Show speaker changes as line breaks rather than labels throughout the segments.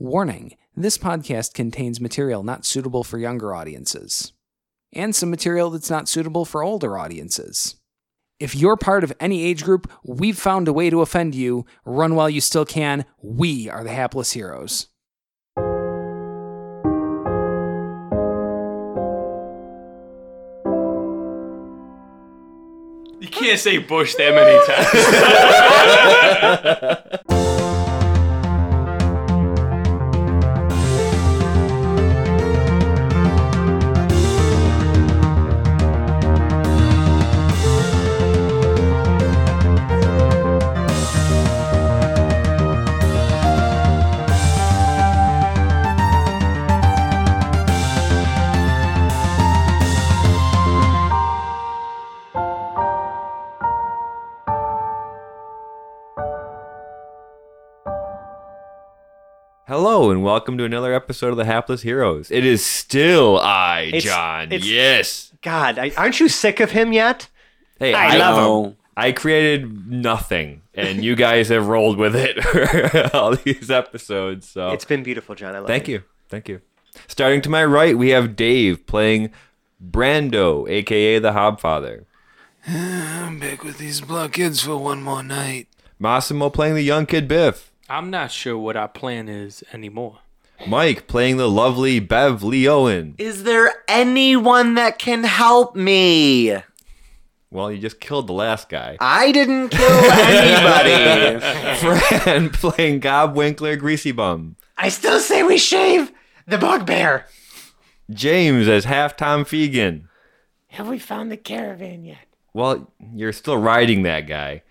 Warning this podcast contains material not suitable for younger audiences, and some material that's not suitable for older audiences. If you're part of any age group, we've found a way to offend you. Run while you still can. We are the hapless heroes.
You can't say Bush that many times.
Hello and welcome to another episode of the Hapless Heroes. It is still I,
It's-
John.
it's-
yes.
God, I, aren't you sick of him yet?
Hey,
I love
him. I created nothing, and you guys have rolled with it for all these episodes. So
It's been beautiful, John. I love
thank you, thank you. Starting to my right, we have Dave playing Brando, aka the Hobfather.
I'm back with these blockheads for one more night.
Massimo playing the young kid Biff.
I'm not sure what our plan is anymore.
Mike playing the lovely Bev Lee Owen.
Is there anyone that can help me?
Well, you just killed the last guy.
I didn't kill anybody.
Fran playing Gob Winkler Greasy Bum.
I still say we shave the bugbear.
James as half Tom Fegan.
Have we found the caravan yet?
Well, you're still riding that guy.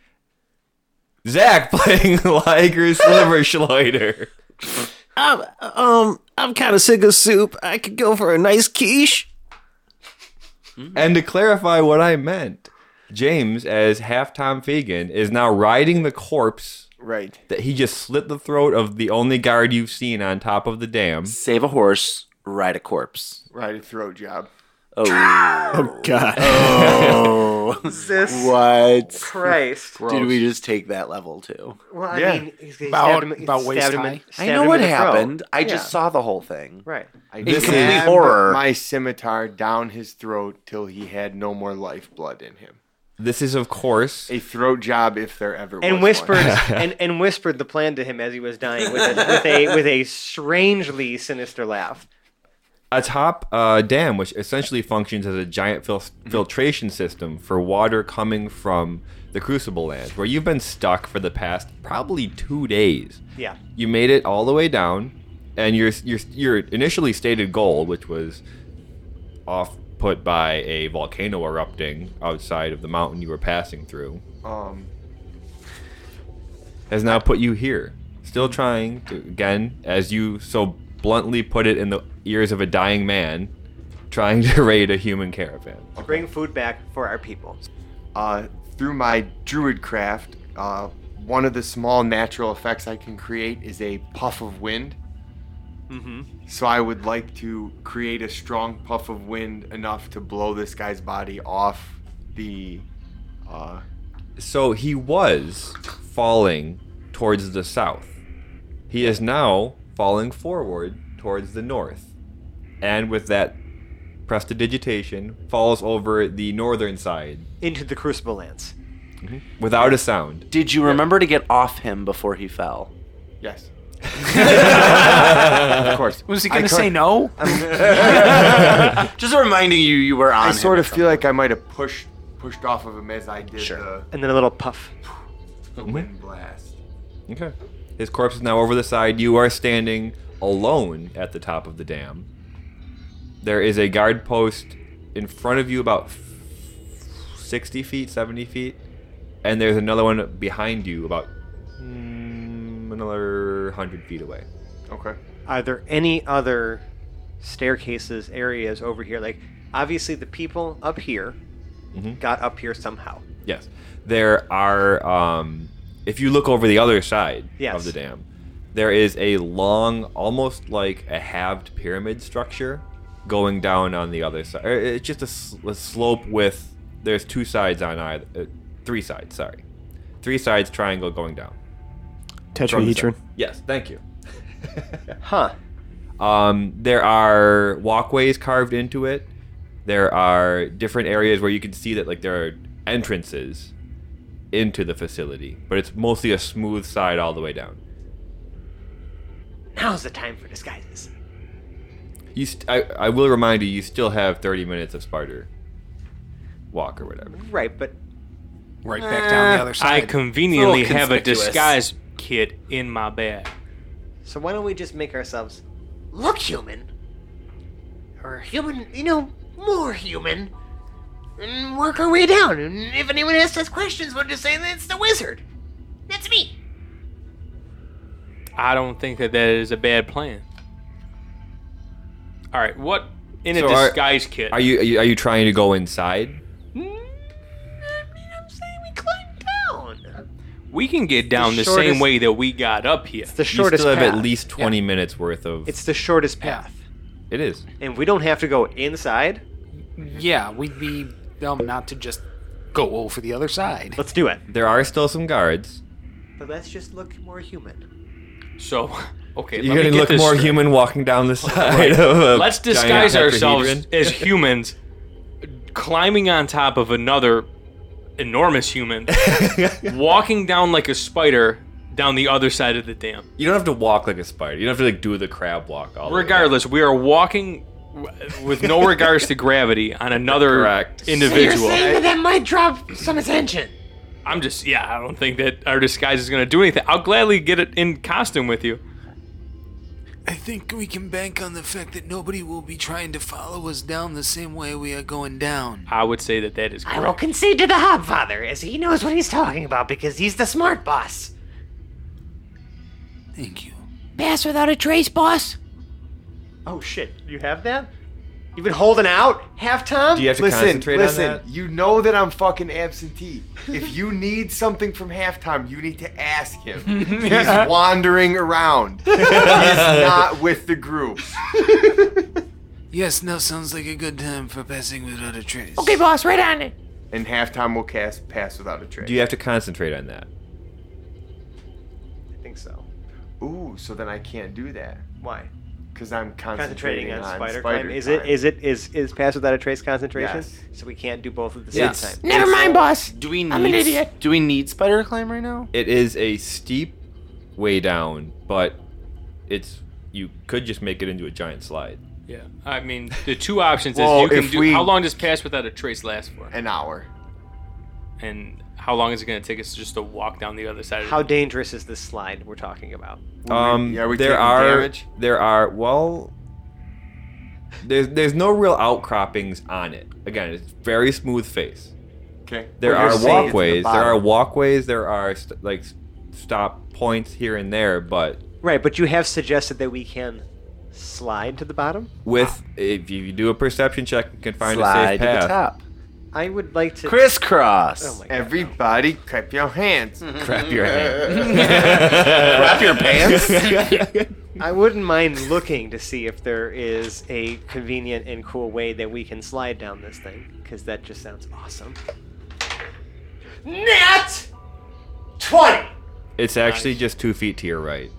Zach playing Liger Silverschleuder.
I'm, um, I'm kind of sick of soup. I could go for a nice quiche.
Mm-hmm.
And to clarify what I meant, James, as half Tom Fegan, is now riding the corpse
Right.
that he just slit the throat of the only guard you've seen on top of the dam.
Save a horse, ride a corpse. Oh,
Right, throat job.
Oh God!
This
What
Christ.
did we just take that level to?
Well, I mean, he's, he's
About-
stabbed him, he's
about
stabbed
waist
him in-
high.
I
stabbed
know
him
what
in the throat.
happened. I
Yeah.
just saw the whole thing.
Right. I
This is-
Complete
stabbed
horror.
my scimitar down his throat till he had no more lifeblood in him.
This is, of course,
A throat job, if there ever was.
and whispered
One.
and, and whispered the plan to him as he was dying with a, with a with a strangely sinister laugh.
a top uh, dam, which essentially functions as a giant fil- filtration system for water coming from the Crucible Lands, where you've been stuck for the past probably two days.
Yeah.
You made it all the way down, and your your your initially stated goal, which was off put by a volcano erupting outside of the mountain you were passing through,
Um,
has now put you here. Still trying to again, as you so bluntly put it in the ears of a dying man, trying to raid a human caravan.
Bring food back for our people.
uh, through my druid craft, uh, one of the small natural effects I can create is a puff of wind.
Mm-hmm.
So I would like to create a strong puff of wind enough to blow this guy's body off the. Uh,
So he was falling towards the south. He is now falling forward towards the north. And with that prestidigitation, falls over the northern side
Into the crucible lands.
Mm-hmm.
without a sound.
Did you remember to get off him before he fell?
yes. of course.
Was he
I
going to
cor-
say no?
Just reminding you, you were on.
I
him
sort
or
of feel like I might have pushed pushed off of him as I did
Sure.
the,
And then a little puff.
the wind blast.
Okay. His corpse is now over the side. You are standing alone at the top of the dam. There is a guard post in front of you about f- 60 feet, 70 feet. And there's another one behind you about mm, another 100 feet away.
Okay.
Are there any other staircases, areas over here? Like, obviously, the people up here
Mm-hmm.
Mhm.
got up here somehow.
Yes. There are, um, if you look over the other side
Yes.
of the dam, there is a long, almost like a halved pyramid structure going down on the other side. Er, It's just a, s- a slope with, there's two sides on either, uh, three sides, sorry. Three sides triangle going down. From the
Tetrahedron.
side. Yes, thank you.
Huh.
Um, there are walkways carved into it. There are different areas where you can see that like there are entrances into the facility, but it's mostly a smooth side all the way down.
Now's the time for disguises.
You, st- I, I will remind you, you still have 30 minutes of Sparta walk or whatever.
Right, but
Right back
Uh,
down the other
I
side.
conveniently
It's a little
have a
conspicuous.
disguise kit in my bag.
so why don't we just make ourselves look human? Or human, you know, more human. And work our way down. And if anyone asks us questions, we'll just say that it's the wizard. That's me.
I don't think that that is a bad plan. All right, what in a
So are-
disguise kit?
Are you, are you are you trying to go inside?
I mean, I'm saying we climb down.
we can get down the, same
shortest-
way that we got up here.
It's the shortest
you still have
path.
at least 20 minutes worth of.
It's the shortest path.
it is.
And we don't have to go inside.
yeah, we'd be dumb not to just go over the other side.
Let's do it.
There are still some guards.
But let's just look more human.
So, okay,
You're
let me
gonna
get
look
this
more
straight.
human walking down the side of a
Let's
giant
disguise ourselves
tetrahedron.
as humans, climbing on top of another enormous human, walking down like a spider down the other side of the dam.
You don't have to walk like a spider. You don't have to like do the crab walk. All the way down.
Regardless, we are walking w- with no regards to gravity on another
Correct.
individual.
that that might drop some attention.
I'm just, yeah, I don't think that our disguise is going to do anything. I'll gladly get it in costume with you.
I think we can bank on the fact that nobody will be trying to follow us down the same way we are going down.
I would say that that is
I will
correct.
concede to the Hobfather, as he knows what he's talking about because he's the smart boss.
Thank you.
Pass without a trace, boss. Oh shit, you have that? You've been holding out halftime?
Do you have to
Listen,
concentrate on
listen.
that?
You know that I'm fucking absentee. If you need something from halftime, you need to ask him. He's wandering around. He's not with the group.
Yes, now sounds like a good time for passing without a trace.
okay, boss, right on it.
And halftime will cast pass without a trace.
Do you have to concentrate on that?
I think so.
Ooh, so then I can't do that
Why?
because I'm concentrating,
Concentrating on spider,
spider
climb. Is it?
climb.
Is it? Is is pass without a trace concentration?
Yes.
So we can't do both at the
Yes.
same time.
Never mind, boss.
Do we need?
I'm an idiot.
Do we need spider climb right now?
It is a steep way down, but it's you could just make it into a giant slide.
Yeah, I mean, the two options
Well,
is you can
if
do.
we-
How long does pass without a trace last for?
an hour?
And how long is it going to take us just to walk down the other side? Of
How
the...
dangerous is this slide we're talking about?
Um,
yeah, we
there
taking
are
damage?
there are well, there's there's no real outcroppings on it. Again, it's very smooth face.
Okay.
There
Well, you're
are
saying it's at the
walkways. there are
bottom.
walkways. There are st- like s- stop points here and there, but
Right, but you have suggested that we can slide to the bottom.
with if you do a perception check, you can find a safe
Slide to
path.
the top.
I would like to.
Crisscross.
Oh my god.
Everybody, clap your hands.
Crap your hand.
Wrap your pants.
I wouldn't mind looking to see if there is a convenient and cool way that we can slide down this thing, because that just sounds awesome. Nat 20!
it's actually just two feet to your right.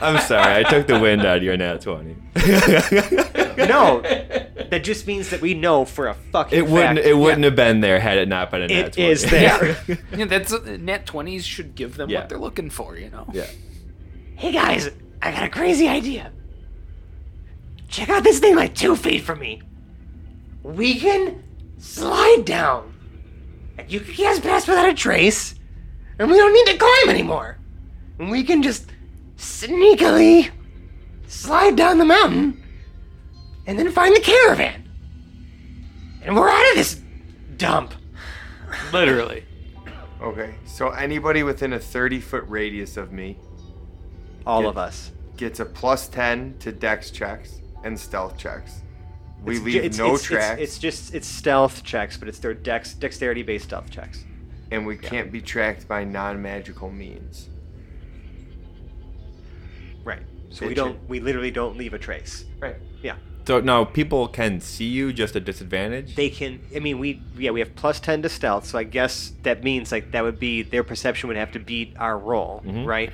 I'm sorry, I took the wind out of your nat twenty.
No, that just means that we know for a fucking
It wouldn't.
fact
It wouldn't have been there had it not been a nat
it
20.
is there.
Yeah, that's uh, net twenties should give them
Yeah.
what they're looking for, you know.
yeah.
hey guys, I got a crazy idea. Check out this thing like two feet from me. We can slide down. And you guys pass without a trace. And we don't need to climb anymore. And we can just sneakily slide down the mountain and then find the caravan. And we're out of this dump.
Literally.
Okay. So anybody within a 30 foot radius of me
All
Yeah.
of us.
gets a plus 10 to dex checks and stealth checks. We
It's ju-
leave
it's-
no
it's- it's-
tracks,
It's, just it's stealth checks, but it's their dex dexterity based stealth checks.
and we can't be tracked by non magical means.
Right. So
It
we
should-
don't we literally don't leave a trace.
Right.
Yeah.
So now people can see you, just a disadvantage.
They can. I mean, we yeah we have plus ten to stealth, so I guess that means like that would be their perception would have to beat our roll,
Mhm.
right,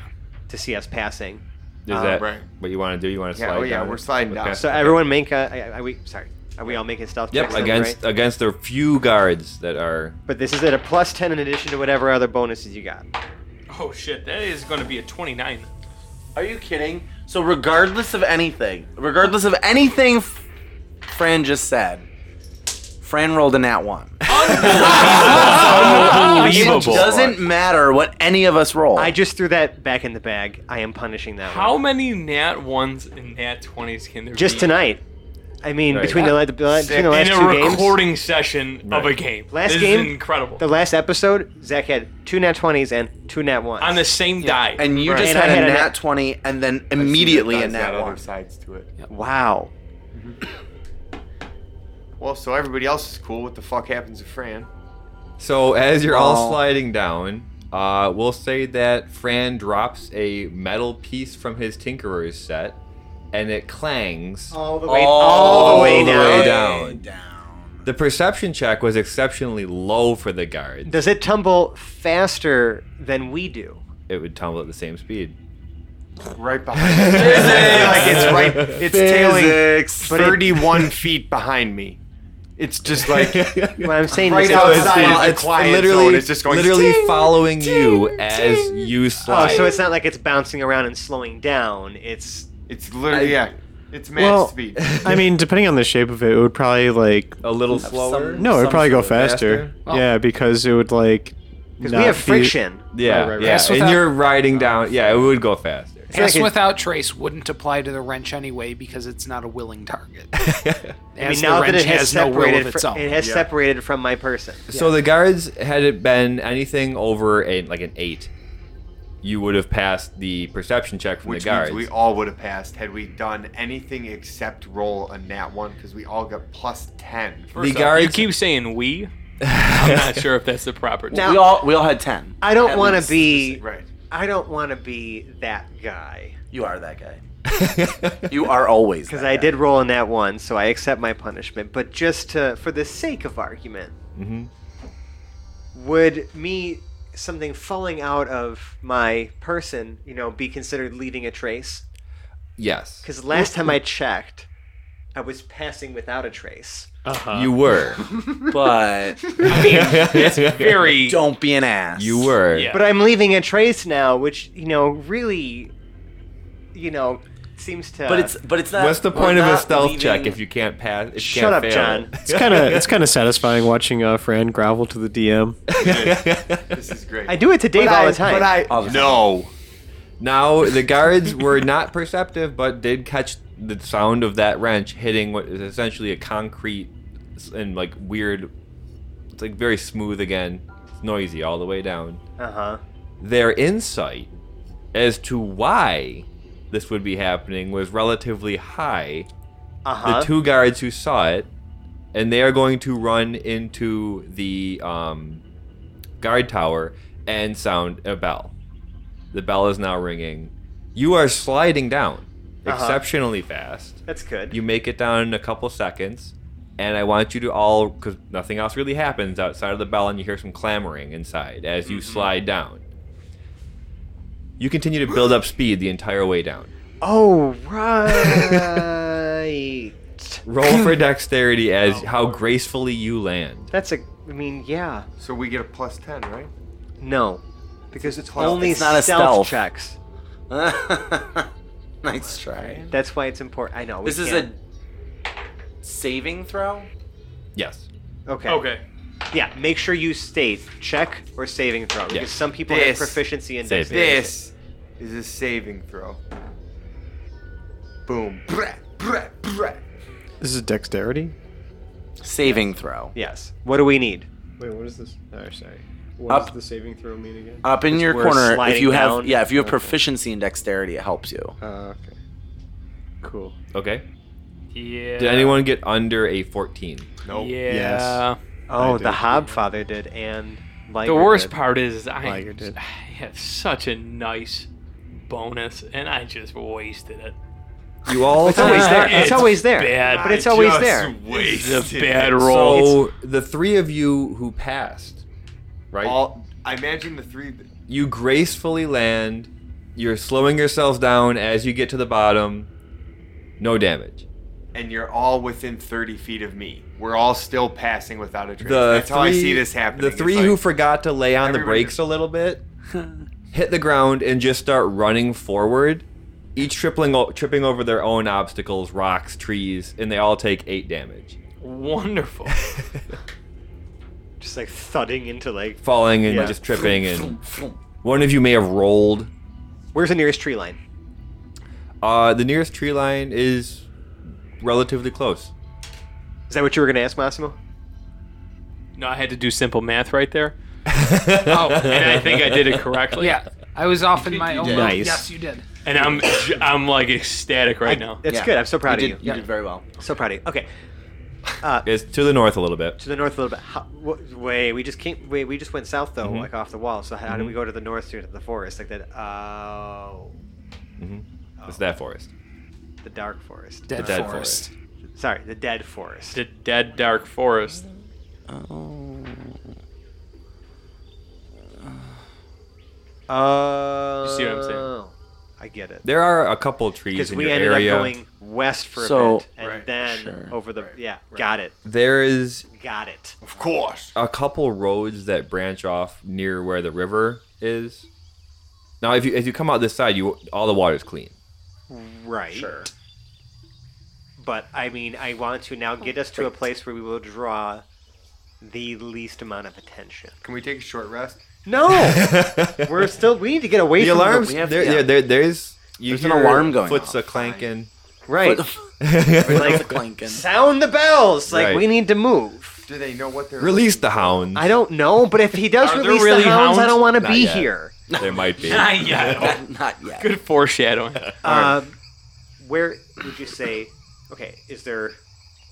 to see us passing.
Is
Um,
that
Uh, right.
what you want to do? You want to
Yeah,
slide?
oh, yeah,
down
we're
it?
sliding
Okay.
down.
So everyone make a. I- I- Are we sorry? Are we all making stealth
Yep,
checks? then,
against
right?
against the few guards that are.
But this is at a plus ten in addition to whatever other bonuses you got.
Oh shit, that is going to be a 29.
Are you kidding? So regardless of anything, regardless of anything F- Fran just said, Fran rolled a nat one. It
Unbelievable.
doesn't matter what any of us roll.
I just threw that back in the bag. I am punishing that
How
one.
many nat ones and nat 20s can there
Just
be?
tonight. I mean,
Right.
between the, la- the, la- between the last
in
two
a
games.
recording session of a
Right.
game.
Last
this
game,
is incredible.
The last episode, Zach had two nat twenties and two nat ones.
On the same die.
and you
Right.
just
And I
had,
had
a
a
nat,
nat-
20 and then immediately a
It's got
nat
other
1.
sides to it.
Wow.
Well, so everybody else is cool. What the fuck happens to Fran?
So as you're
Well-
all sliding down, uh, we'll say that Fran drops a metal piece from his tinkerer's set, and it clangs.
all the way, all the way
all the
down.
way down. The perception check was exceptionally low for the guard.
Does it tumble faster than we do?
it would tumble at the same speed.
Right behind. me. like it's right. It's tailing
Physics.
But it-
thirty-one feet behind me. It's just like
What I'm saying
Right
is,
now
it's,
it's outside
fol-
of the quiet zone, it's just going
literally
ting,
following you as you
oh,
slide.
so it's not like it's bouncing around and slowing down. It's
it's literally yeah. It's max
Well-
speed.
I mean, depending on the shape of it, it would probably like
a little slower.
no, it'd
some
probably go
sort of
faster. Yeah, because it would like
because
not
we have
be-
friction.
Yeah,
Right, right,
yeah.
right.
and you're riding down. Yeah, it would go faster.
Pass
like a-
without trace wouldn't apply to the wrench anyway because it's not a willing target.
I mean,
As
now
the
that
wrench
it has,
no will
separated,
of its
fr-
own.
it has
Yeah.
separated from my person.
So the guards, had it been anything over a like an eight, you would have passed the perception check from
Which
the guards.
means we all would have passed had we done anything except roll a nat one because we all got plus ten.
the
First off, You
guards.
keep saying we. I'm not sure if that's the proper term.
Now-
we all we all had 10.
I don't
At
want
least.
to be.
Right.
I don't want to be that guy
You are that guy. You are always.
because
that
I
guy.
did roll in that one, so I accept my punishment. But just to, for the sake of argument,
Mhm.
would me something falling out of my person, you know, be considered leaving a trace?
Yes,
Because last time I checked, I was passing without a trace.
Uh-huh.
Uh-huh.
you were.
But
Very.
don't be an ass.
You were.
Yeah.
But I'm leaving a trace now, which you know really, you know, seems to.
But it's but it's not.
What's the
we're
point of a
not
stealth check
leaving-
if you can't pass? If you
shut up,
can't
John.
It's kind of it's kind of satisfying watching uh, Fran grovel to the DM.
fail?
This is great.
I do it to Dave all the time.
But I
All the time.
no.
Now the guards were not perceptive, but did catch the sound of that wrench hitting what is essentially a concrete s- and like weird. It's like very smooth again. It's noisy all the way down.
Uh
Uh-huh.
huh.
Their insight as to why this would be happening was relatively high.
Uh
The
huh.
two guards who saw it, and they are going to run into the um, guard tower and sound a bell. The bell is now ringing. You are sliding down exceptionally fast.
Uh-huh. That's good.
You make it down in a couple seconds, and I want you to all, because nothing else really happens outside of the bell, and you hear some clamoring inside as
Mm-hmm.
you slide down. You continue to build up speed the entire way down.
Oh right.
Roll for dexterity as
Oh.
how gracefully you land.
That's a. I mean, yeah.
So we get a plus ten, right?
No, because it's
Well,
only
it's not a
stealth
stealth.
checks.
nice try.
That's why it's important. I know. we
This is a
can't-
saving throw.
Yes.
okay.
Okay.
Yeah. Make sure you state check or saving throw because
Yes.
some people have
This.
proficiency in
Saving.
dexterity.
This is a saving throw. Boom. Brah, brah, brah.
This is dexterity.
Saving throw.
Yes. What do we need?
Wait, what is this? Oh, sorry. What
Up. does
the saving throw mean again?
Up in your
we're
corner, if
sliding
you have
down.
yeah, if you have proficiency in dexterity, it helps you.
Uh,
okay. Cool.
Okay.
Yeah.
Did anyone get under a 14?
Nope.
Yeah.
Yes.
Oh,
I
the
did.
Hobfather did, and like
The worst part is I,
Liger did.
I have such a nice bonus, and I just wasted it.
You all
It's always there. It's,
It's
always there.
bad.
But it's always there.
It's a bad roll.
So the three of you who passed, right?
All, I imagine the three.
you gracefully land. You're slowing yourselves down as you get to the bottom. No damage.
and you're all within 30 feet of me. We're all still passing without a trace.
The
That's how I
three-
see this happening.
The
It's
three
like,
who forgot to lay on the
everybody
brakes
just-
a little bit hit the ground and just start running forward, each tripling o- tripping over their own obstacles, rocks, trees, and they all take eight damage,
Wonderful.
Just like thudding into like
falling and
Yeah.
just tripping. And one of you may have rolled.
where's the nearest tree line?
Uh, the nearest tree line is relatively close.
Is that what you were gonna ask, Massimo?
no, I had to do simple math right there. Oh, and I think I did it correctly.
Yeah, I was off in my own.
did.
little-
Nice.
Yes, you did.
And I'm j- I'm like ecstatic right now.
That's good. I'm so proud
you
of
did,
you.
You did very well.
So proud of you. Okay, Uh,
It's to the north a little bit.
to the north a little bit. How, wh- wait, we just came. Wait, we just went south
Mm-hmm.
though, like off the wall. So how do we go to the north to the forest? Like that. Oh, Mm-hmm.
It's that forest.
the dark forest.
Dead,
dead
forest.
Sorry, the dead forest.
The dead dark forest.
Oh,
see what I'm saying?
I get it.
There are a couple of trees
Because
in
we
your
ended
area.
up going west for a
So-
bit, and then over the yeah, got it,
There is
got it.
Of course.
a couple roads that branch off near where the river is. Now, if you if you come out this side, you all the water's clean.
Right. Sure. But I mean, I want to now get us to a place where we will draw the least amount of attention.
Can we take a short rest?
No, we're still. We need to get away
The
from
alarms,
we have-
there,
yeah.
there, there, there's you
There's an
hear
alarm going
Foots
off.
a clanking.
right.
Like the clanking.
Sound the bells. Like
Right.
we need to move.
Do they know what they're
Release the hounds.
I don't know, but if he does
Are there
release
really
the hounds, I
hounds?
don't want to
Not
be
yet.
here.
There might be.
yeah.
Not yet.
Good foreshadowing.
Um, where would you say? Okay, is there?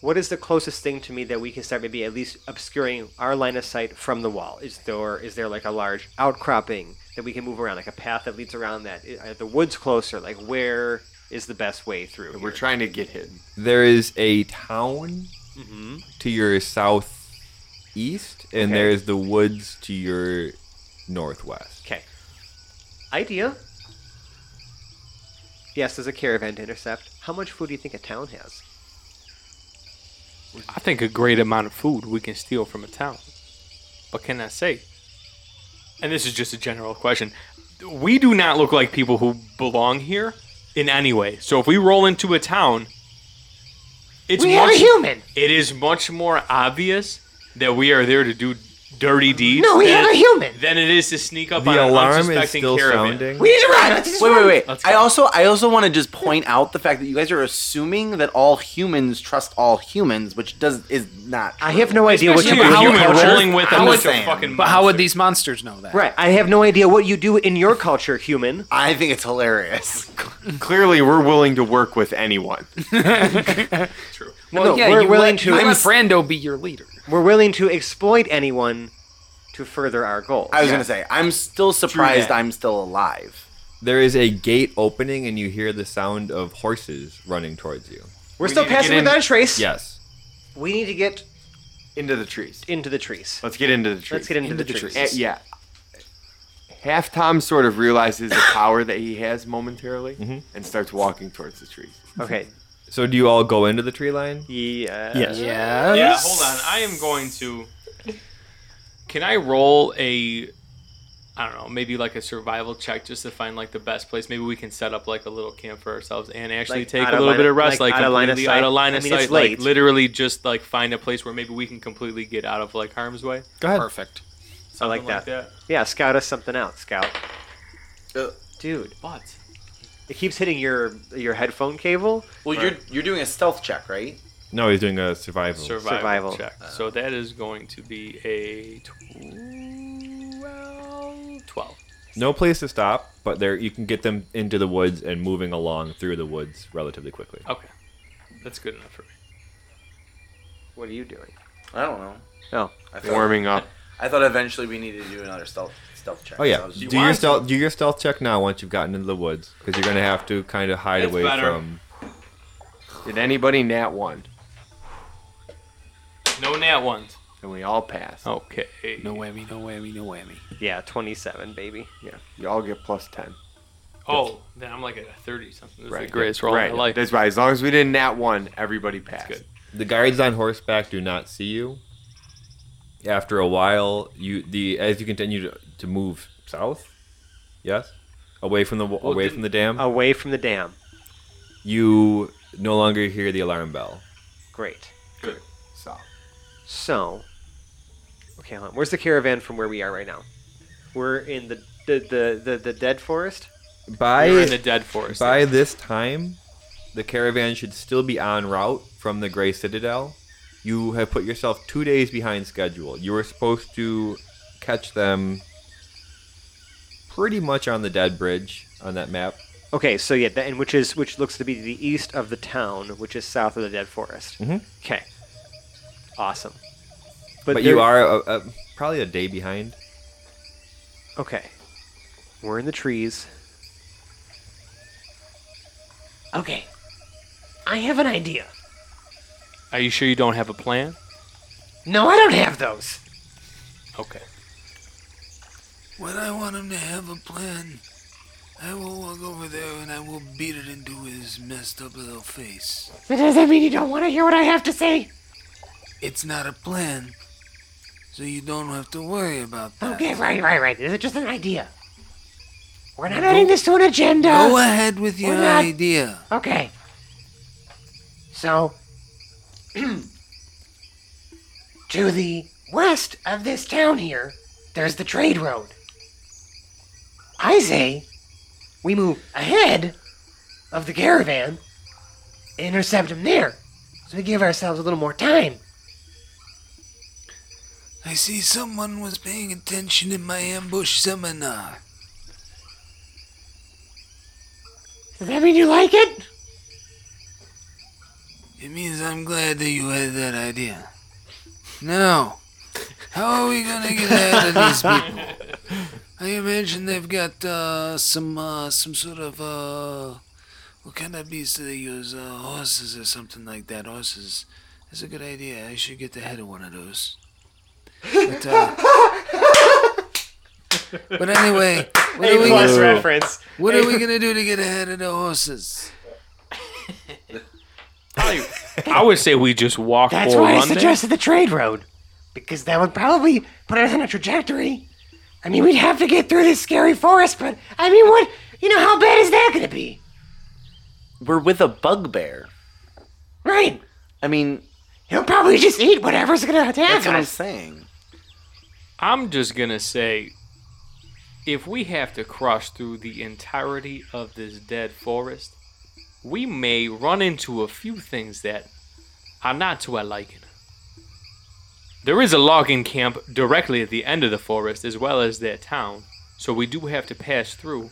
What is the closest thing to me that we can start maybe at least obscuring our line of sight from the wall? Is there is there like a large outcropping that we can move around, like a path that leads around that? I- Are the woods closer? Like where is the best way through?
We're trying to get hidden.
There is a town
Mm-hmm.
hmm
to your southeast,
Okay.
and there's the woods to your northwest.
Okay. Idea. Yes, there's a caravan to intercept. How much food do you think a town has?
I think a great amount of food we can steal from a town. But can I say? And this is just a general question. We do not look like people who belong here in any way. So if we roll into a town, it's
We
much,
are human.
it is much more obvious that we are there to do dirty deeds
No, we
than,
have a human.
than it is to sneak up on
The
an
alarm is
unsuspecting
still
caravan.
sounding.
We need to run. Let's just
Wait,
run.
wait, wait.
Let's
I
go.
also I also want to just point out the fact that you guys are assuming that all humans trust all humans, which does is not.
I have no idea what
Especially
you
a
do.
human rolling with a
I'm
bunch of
saying.
fucking
But how would these monsters know that?
Right, I have no idea what you do in your culture, human.
I think it's hilarious.
Clearly, we're willing to work with anyone.
Well,
No,
yeah,
we're
you
willing
let,
to-
you let
I'm-
Brando be your leader.
We're willing to exploit anyone to further our goals.
I was gonna say I'm still surprised I'm still alive.
There is a gate opening, and you hear the sound of horses running towards you.
We're still
need to get
passing
in-
without a trace.
Yes.
We need to get
Into the trees.
into the trees.
Let's get into the trees.
Let's get into, the, trees.
Uh, yeah. Half Tom sort of realizes the power that he has momentarily
Mm-hmm.
and starts walking towards the trees.
Okay.
So do you all go into the tree line?
Yeah.
Yes.
Yeah, hold on. I am going to. Can I roll a? I don't know, maybe like a survival check just to find like the best place. Maybe we can set up like a little camp for ourselves and actually
Like,
take
out
a
of
little
line-
bit of rest,
like,
like,
out of line of
completely
sight?
out of line
I
of
mean, it's
sight. Like
late.
literally just like find a place where maybe we can completely get out of like harm's way.
Go ahead.
Perfect.
I like
Something
that. Yeah. Scout us something out, Scout.
Uh,
Dude,
But
it keeps hitting your your headphone cable.
Well, you're you're doing a stealth check, right?
No, he's doing a survival.
survival,
Survival.
check. so that is going to be a 12. 12.
No place to stop, but there you can get them into the woods and moving along through the woods relatively quickly.
Okay. That's good enough for me.
What are you doing?
I don't know.
Oh.
I thought,
Warming up.
I thought eventually we needed to do another stealth stealth check.
Oh yeah,
So I was-
do
want
your
to?
stealth do your stealth check now once you've gotten into the woods because you're gonna have to kind of hide
That's
away
better.
from
Did anybody nat one?
No nat ones.
And we all pass.
Okay.
No whammy, no whammy, no whammy.
Yeah, 27, baby.
Yeah, you all get plus ten.
Oh, then I'm like at a 30 something. This is
Right.
the greatest roll
right.
of my life.
That's why. As long as we didn't nat one, everybody passed.
good.
The guards on horseback do not see you. After a while, you the as you continue to, to move south, yes, away from the wa- away from the dam,
Away from the dam.
you no longer hear the alarm bell.
Great.
So
So, okay, hold on. Where's the caravan from where we are right now? We're in the the the the, the dead forest.
By
We're in the dead forest.
by this time, the caravan should still be en route from the Gray Citadel. You have put yourself two days behind schedule. You were supposed to catch them pretty much on the dead bridge on that map.
Okay, so yeah, that, and which is which looks to be the east of the town, which is south of the dead forest.
Mhm.
Okay, awesome.
But,
there-
you are uh uh probably a day behind.
okay. We're in the trees.
Okay. I have an idea.
Are you sure you don't have a plan?
No, I don't have those.
Okay.
When I want him to have a plan, I will walk over there and I will beat it into his messed up little face.
But does that mean you don't want to hear what I have to say?
It's not a plan, so you don't have to worry about that.
Okay, right, right, right. This is just an idea. We're not adding this to an agenda.
Go ahead with your
We're not-
idea.
Okay. So, to the west of this town here, there's the trade road. I say we move ahead of the caravan and intercept them there. So we give ourselves a little more time.
I see someone was paying attention in my ambush seminar.
Does that mean you like it?
It means I'm glad that you had that idea. Now, how are we gonna get out of these people? I imagine they've got uh, some uh, some sort of uh, what kind of beast do they use? Uh, horses or something like that. Horses. That's a good idea. I should get the head of one of those. But, uh, but anyway, what are, we
Plus
Ooh.
gonna,
reference.
what are we gonna do to get ahead of the horses?
I, I would say we just walk
That's
or
why I
run there.
suggested the trade road. Because that would probably put us on a trajectory. I mean, we'd have to get through this scary forest, but I mean, what? You know, how bad is that going to be?
We're with a bugbear.
Right.
I mean,
He'll probably just eat whatever's going to attack
that's what I'm
us.
saying.
I'm just gonna say, if we have to cross through the entirety of this dead forest, we may run into a few things that are not to our liking. There is a logging camp directly at the end of the forest, as well as their town, so we do have to pass through.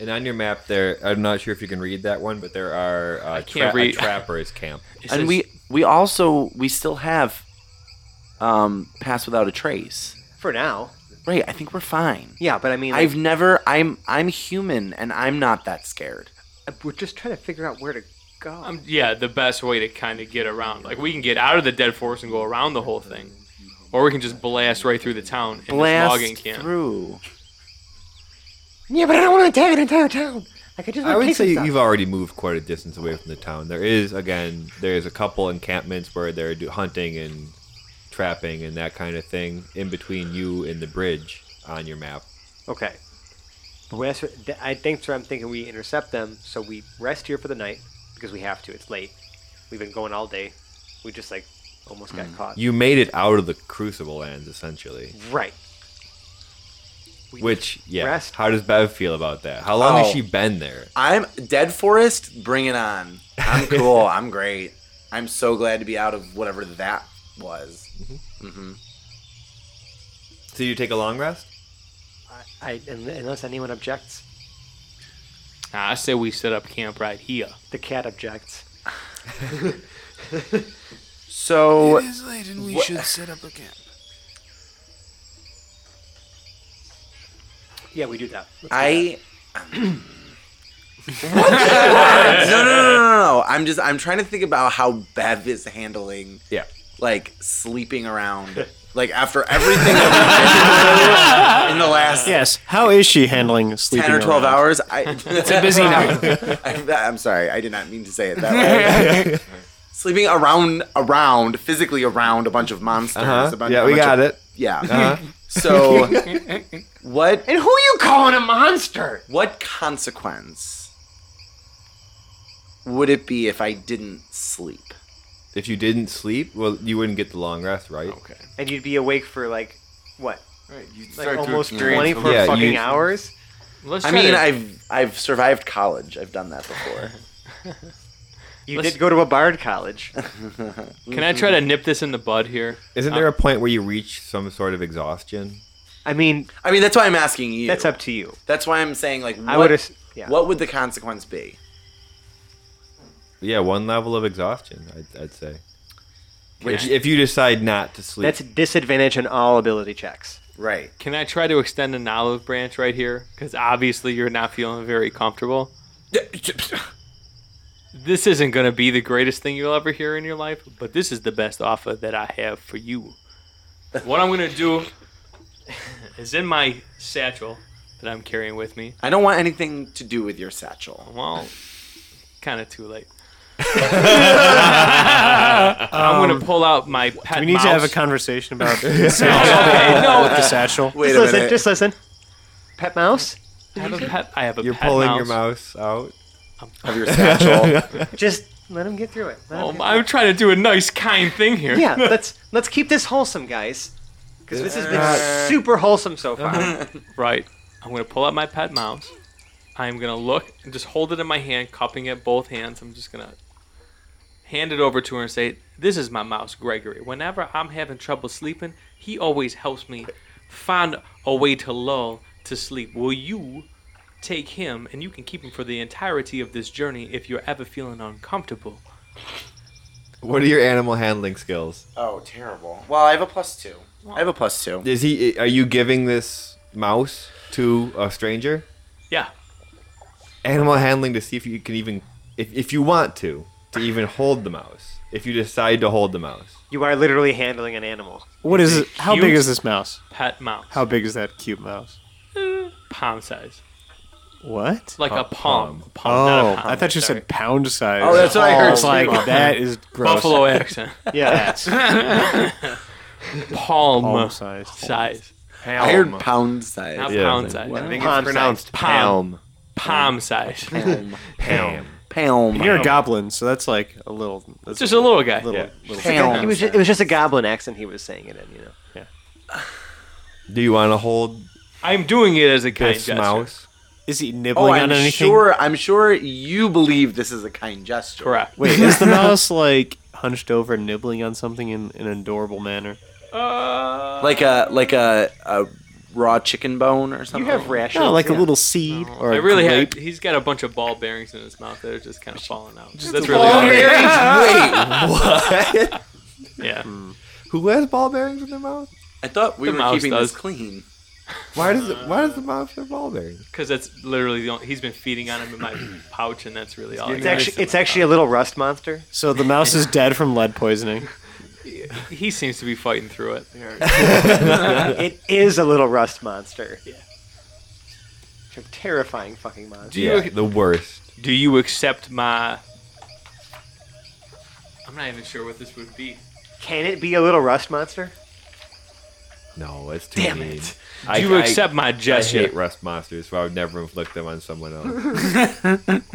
And on your map, there, I'm not sure if you can read that one, but there are uh,
can't
tra-
read.
a trapper's camp.
It
and
says-
we we also we still have um pass without a trace.
For now,
Right, I think we're fine.
yeah, but I mean, like,
I've never I'm I'm human and I'm not that scared.
we're just trying to figure out where to go.
Um, yeah, the best way to kind of get around. Like we can get out of the dead forest and go around the whole thing, or we can just blast right through the town in this logging
Blast
camp.
through.
Yeah, but I don't want to attack an entire town. I could just
I
want to
would
take
say
some stuff.
you've already moved quite a distance away from the town. There is, again, there's a couple encampments where they're do- hunting and trapping and that kind of thing in between you and the bridge on your map.
Okay. But we also- th- I think so. I'm thinking we intercept them, so we rest here for the night because we have to. It's late. We've been going all day. We just like almost
Mm.
got caught.
You made it out of the Crucible Lands, essentially.
right.
Which, yeah.
Rest.
How does Bev feel about that? How long has
Oh.
she been there?
I'm Dead Forest, bring it on. I'm cool. I'm great. I'm so glad to be out of whatever that was.
Mm-hmm.
Mm-hmm.
So you take a long rest?
I, I un- unless anyone objects,
Nah, I say we set up camp right here.
the cat objects.
So
It is late and we
Wha-
should set up a camp.
Yeah, we do that. Let's do
I no, no, no, no, no, no. I'm just I'm trying to think about how Bev is handling
Yeah.
like sleeping around. Like after everything that we did in the last
Yes. How is she handling sleeping?
ten or twelve
around?
hours, I, it's
a busy night.
I'm, I'm sorry, I did not mean to say it that way. sleeping around, around, physically around a bunch of monsters.
Uh-huh.
A bunch,
Yeah,
a
we
bunch
got
of-
it.
Yeah.
Uh-huh.
So, what
And who you calling a monster?
what consequence would it be if I didn't sleep?
If you didn't sleep, well, you wouldn't get the long rest, right?
Okay.
and you'd be awake for like what,
Right, you
like
start to
almost
experience
twenty
the-
four
Yeah,
fucking
you-
hours.
Let's
I
try
mean,
to-
I've I've survived college. I've done that before.
You
Let's-
did go to a bard college.
can I try to nip this in the bud here?
Uh,
Isn't there a point where you reach some sort of exhaustion?
I mean,
I mean, that's why I'm asking you.
that's up to you.
That's why I'm saying like,
I would.
what,
ass- Yeah.
what would the consequence be?
Yeah, one level of exhaustion, I'd, I'd say. Which,
Which-
if you decide not to sleep,
That's disadvantage on all ability checks.
Right.
Can I try to extend an olive branch right here? Because obviously you're not feeling very comfortable. This isn't going to be the greatest thing you'll ever hear in your life, but this is the best offer that I have for you. What I'm going to do is in my satchel that I'm carrying with me.
I don't want anything to do with your satchel.
Well, kind of too late. I'm going to pull out my pet
Um, We need to have a
mouse.
conversation about
Okay, no,
uh, the satchel.
Wait
Just
a
listen.
minute.
Just listen. Pet mouse.
I have a pet. I have a
you're
pet
pulling
mouse.
your mouse out.
Of your satchel.
Just let him get through it. Let him
Oh,
get
I'm trying to do a nice, kind thing here.
yeah, let's let's keep this wholesome, guys. Because this has
Uh,
been super wholesome so
uh-huh.
far.
Right. I'm gonna pull out my pet mouse. I'm gonna look and just hold it in my hand, cupping it both hands. I'm just gonna hand it over to her and say, "This is my mouse, Gregory. Whenever I'm having trouble sleeping, he always helps me find a way to lull to sleep. Will you take him and you can keep him for the entirety of this journey if you're ever feeling uncomfortable?"
What are your animal handling skills?
oh, terrible. Well, I have a plus two. I have a plus two.
Is he? Are you giving this mouse to a stranger?
Yeah.
Animal handling to see if you can even, if, if you want to, to even hold the mouse. If you decide to hold the mouse,
you are literally handling an animal.
What is it? How big
Huge.
is this mouse?
Pet mouse.
How big is that cute mouse?
palm size.
What?
Like a palm.
palm.
palm. not a
Oh,
pound,
I thought you
sorry.
said pound size.
Oh, that's what I heard,
It's like
too.
that is gross.
buffalo accent.
Yeah, that's
palm,
palm size.
size.
I heard pound size.
Not
Yeah.
pound size.
What?
I think
Palm
it's pronounced
Palm.
palm.
Palm size.
Pam.
Palm.
You're a goblin, so that's like a little. That's
Just a little guy.
Little,
Yeah.
little
Palm.
He was just, it was just a goblin accent he was saying it in, you know.
Do you want to hold
I'm doing it as a kind
this
gesture.
mouse?
Is he
Oh,
nibbling
I'm
on anything?
sure. I'm sure you believe this is a kind gesture.
Correct.
Wait, is the mouse like hunched over, nibbling on something in, in an adorable manner?
Uh,
Like a like a, a raw chicken bone or
You
something.
have rashes.
No, like a
yeah.
little seed or
I
a
really
grape.
had. He's got a bunch of ball bearings in his mouth that are just kind of falling out. That's really
Ball
all.
bearings? Wait, what?
Yeah.
Hmm. Who has ball bearings in their mouth?
I thought we
The
were
mouse
keeping
does.
this clean.
Why does it, why does the mouse have ball bearings?
Because that's literally the only. He's been feeding on him in my pouch, and that's really all.
It's actually it's actually a little rust monster.
So the mouse is dead from lead poisoning.
He seems to be fighting through it.
it is a little rust monster. Yeah. A terrifying fucking monster.
Do you
the worst.
do you accept my? I'm not even sure what this would be.
Can it be a little rust monster?
No, Oh, it's too
Damn
mean.
it.
I,
Do you
I-
accept my
I
gesture?
hate rust monsters, so I would never inflict them on someone else.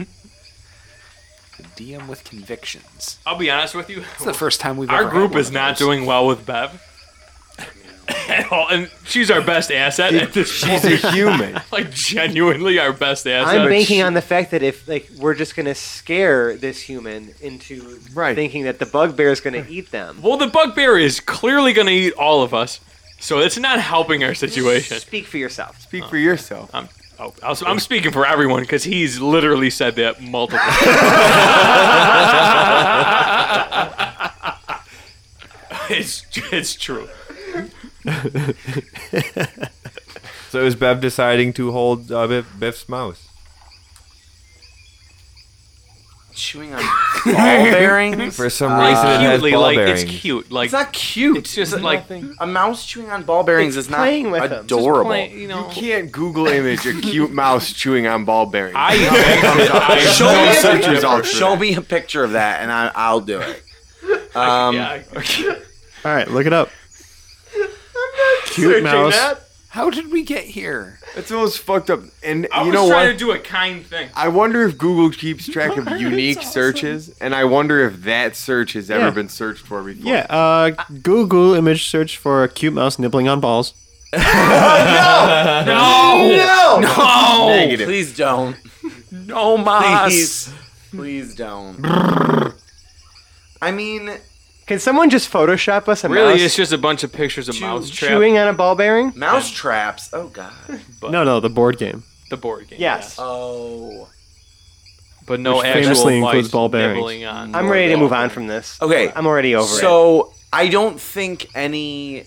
The DM with convictions.
I'll be honest with you.
It's the first time we've ever
Our
had
group
one
is
of
not
those.
doing well with Bev. At all, and she's our best asset at this point.
He's a human.
Like genuinely our best asset.
I'm banking on the fact that if like we're just gonna scare this human into
Right.
thinking that the bugbear is gonna eat them.
well, the bugbear is clearly going to eat all of us, so it's not helping our situation.
Speak for yourself.
Speak for yourself.
I'm, oh, I'll- I'm speaking for everyone because he's literally said that multiple. it's it's true.
so is Bev deciding to hold uh, Biff, Biff's mouse?
chewing on.
Ball bearings.
For some reason, it has
Cutely,
ball
like
bearings.
it's cute. Like
It's not cute.
It's just like
a mouse chewing on ball bearings
It's
is not
playing with 'em.
adorable.
play, you know.
You can't Google image a cute mouse chewing on ball bearings.
I,
Show,
No
me a
search
picture-
results for
show
that.
me a picture of that, and I, I'll do it. Um,
yeah,
All right, look it up. Cute mouse.
How did we get here?
That's the most fucked up. And
I
you
was
know
trying
what?
to do a kind thing.
I wonder if Google keeps track of unique searches, and I wonder if that search has ever
Yeah.
been searched for before.
Yeah, uh, Google image search for a cute mouse nibbling on balls.
no,
Oh,
Negative.
please don't.
No mas.
Please, please don't. I mean,
Can someone just Photoshop us a
really,
mouse
it's just a bunch of pictures of mouse trap,
chewing on a ball bearing?
mouse traps. Oh God.
No, no, the board game.
the board game.
Yes.
Oh.
but no
Which
actual
famously
life
includes ball bearings.
nibbling on.
I'm ready to move on from this.
Okay.
I'm already over it.
so I don't think any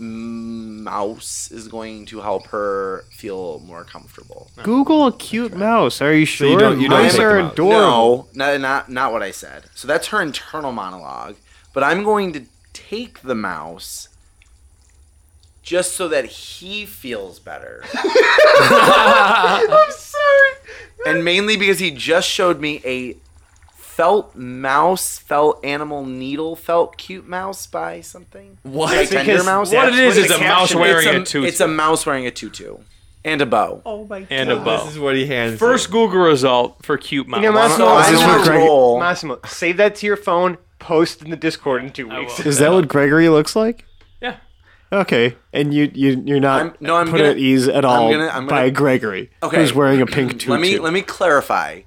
mouse is going to help her feel more comfortable.
Google a cute mouse. Are you sure?
you don't- you don't
Mice
pick
are
them out.
adorable.
No, no, not not what I said. So that's her internal monologue. But I'm going to take the mouse just so that he feels better. I'm sorry. And mainly because he just showed me a felt mouse, felt animal needle, felt cute mouse by something.
what?
By Tender mouse.
What it is
That's
is a
what the
mouse
caption-
wearing a,
it's a,
tutu
it's a mouse wearing a tutu and a bow.
and a
This
bow.
is what he hands.
Oh First Google result for cute mouse.
You know, Massimo,
I'm
Massimo,
gonna
Greg-
roll.
Massimo, save that to your phone. Post in the Discord in two weeks.
Is that what Gregory looks like?
Yeah.
Okay, and you you you're not
I'm- no, I'm
put
gonna-
at ease at all
gonna- I'm
by
gonna-
Gregory,
Okay.
who's wearing a pink tutu.
Let me let me clarify.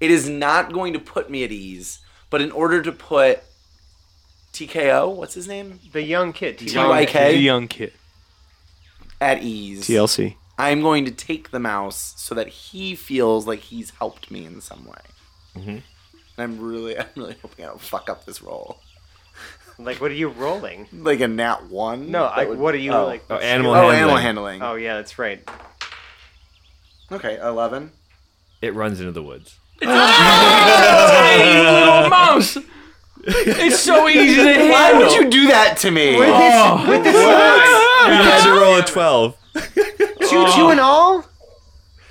It is not going to put me at ease, but in order to put TKO, what's his name,
The young kid. T-
Young- YK?
The young kid.
at ease,
TLC.
I'm going to take the mouse so that he feels like he's helped me in some way.
Mm-hmm.
And I'm really, I'm really hoping I don't fuck up this roll.
Like, what are you rolling?
Like a nat one.
No,
That
I,
would-
what are you
oh.
like?
Oh, animal
Oh,
handling.
animal handling.
Oh yeah, that's right.
Okay, eleven.
It runs into the woods.
Oh.
little mouse. It's so easy to
Why
handle. Oh.
would you do that to me?
You had to roll a twelve.
Two,
Oh.
two, and all.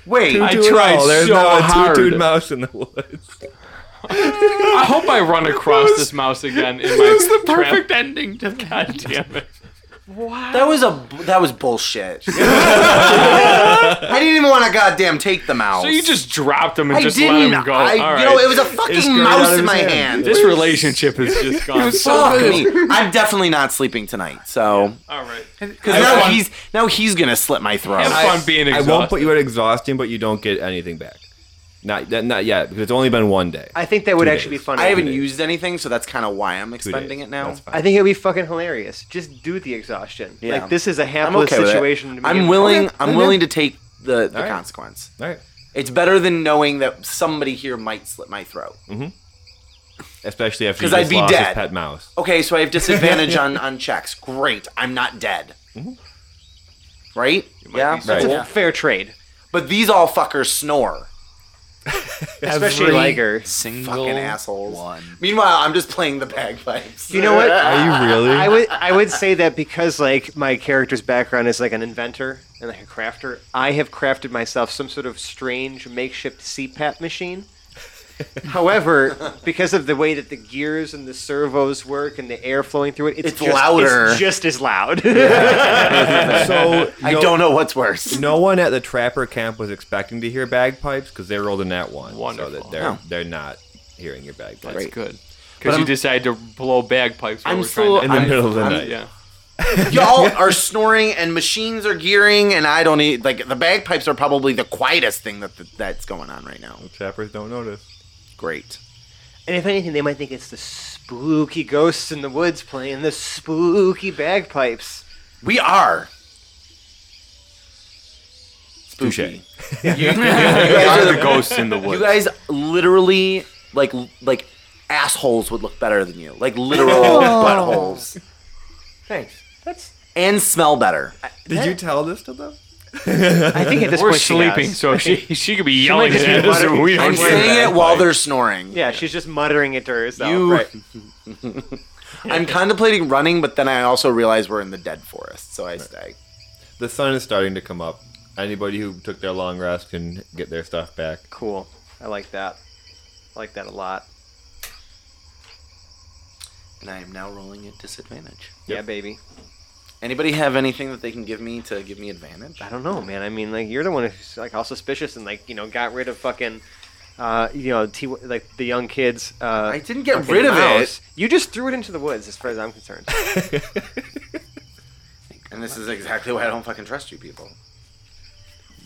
Wait,
I
Two and
tried
oh,
all, There's
so
not a
hard.
tutu mouse in the woods.
I hope I run across this mouse again in my the perfect ending to God damn it.
that was a that was bullshit. I didn't even want to goddamn take the mouse.
So you just dropped him and
I
just
didn't.
let him go.
I,
All right.
You know, it was a
It
fucking
scurried out
mouse
of
in
his
my
hand.
hand.
this relationship is just gone.
Fuck me. I'm definitely not sleeping tonight. So
All right.
because now he's now he's gonna slit my throat.
Have fun being
I
exhausted.
won't put you at exhausting, but you don't get anything back. Not that, not yet because it's only been one day.
I think that would
Two
actually be
days.
funny.
I haven't used anything, so that's kind of why I'm
Two
expending
days.
it now.
That's fine.
I think it would be fucking hilarious. Just do the exhaustion.
Yeah.
Like this is a
I'm
hapless
okay with
situation.
it.
To begin
I'm
with.
willing.
Okay,
I'm
then
willing to take the, the
All right.
consequence.
All right.
It's better than knowing that somebody here might slit my throat.
Especially after you
'Cause I'd
just
be
lost his
dead.
pet mouse.
Okay, so I have disadvantage on on checks. Great, I'm not dead. Right? Yeah.
Right.
It's a fair trade.
But these all fuckers snore.
Especially Liger.
Single
Fucking assholes.
one.
Meanwhile, I'm just playing the bagpipes.
You know what?
Are you really?
I would I would say that because like my character's background is like an inventor and like a crafter, I have crafted myself some sort of strange makeshift CPAP machine. However, because of the way that the gears and the servos work and the air flowing through it, it's,
It's
just,
louder.
It's just as loud.
so
I
no-
don't know what's worse.
No one at the Trapper camp was expecting to hear bagpipes because they rolled a nat one,
Wonderful.
so that they're
Oh.
they're not hearing your bagpipes.
That's good. Because you decided to blow bagpipes. while
I'm
we're
still-
trying
In the
I'm-
middle of the
I'm-
night.
Yeah.
Y'all are snoring and machines are gearing, and I don't need like the bagpipes are probably the quietest thing that that's going on right now.
Trappers don't notice.
Great.
and if anything, they might think it's the spooky ghosts in the woods playing the spooky bagpipes.
We are.
Touche.
Spooky.
You are the ghosts in the woods.
You guys literally like like assholes would look better than you. Like literal
Oh.
buttholes.
Thanks. That's
And smell better.
Did you tell this to them?
I think at this
We're
point she
sleeping,
has.
so she she could be yelling
just
at
be
us.
wondering-
and We
I'm
don't
saying
hear
it while they're snoring.
Yeah, she's just muttering it to herself.
You-
Right.
I'm contemplating running, but then I also realize we're in the dead forest, so I stay.
The sun is starting to come up. Anybody who took their long rest can get their stuff back.
Cool. I like that. I like that a lot.
And I am now rolling at disadvantage.
Yeah, baby.
Anybody have anything that they can give me to give me advantage?
I don't know, man. I mean, like you're the one who's like all suspicious and like you know got rid of fucking, uh, you know, t- like the young kids. Uh,
I didn't get
fucking
rid of
mouse. You just threw it into the woods, as far as I'm concerned.
it. And this is exactly why I don't fucking trust you people.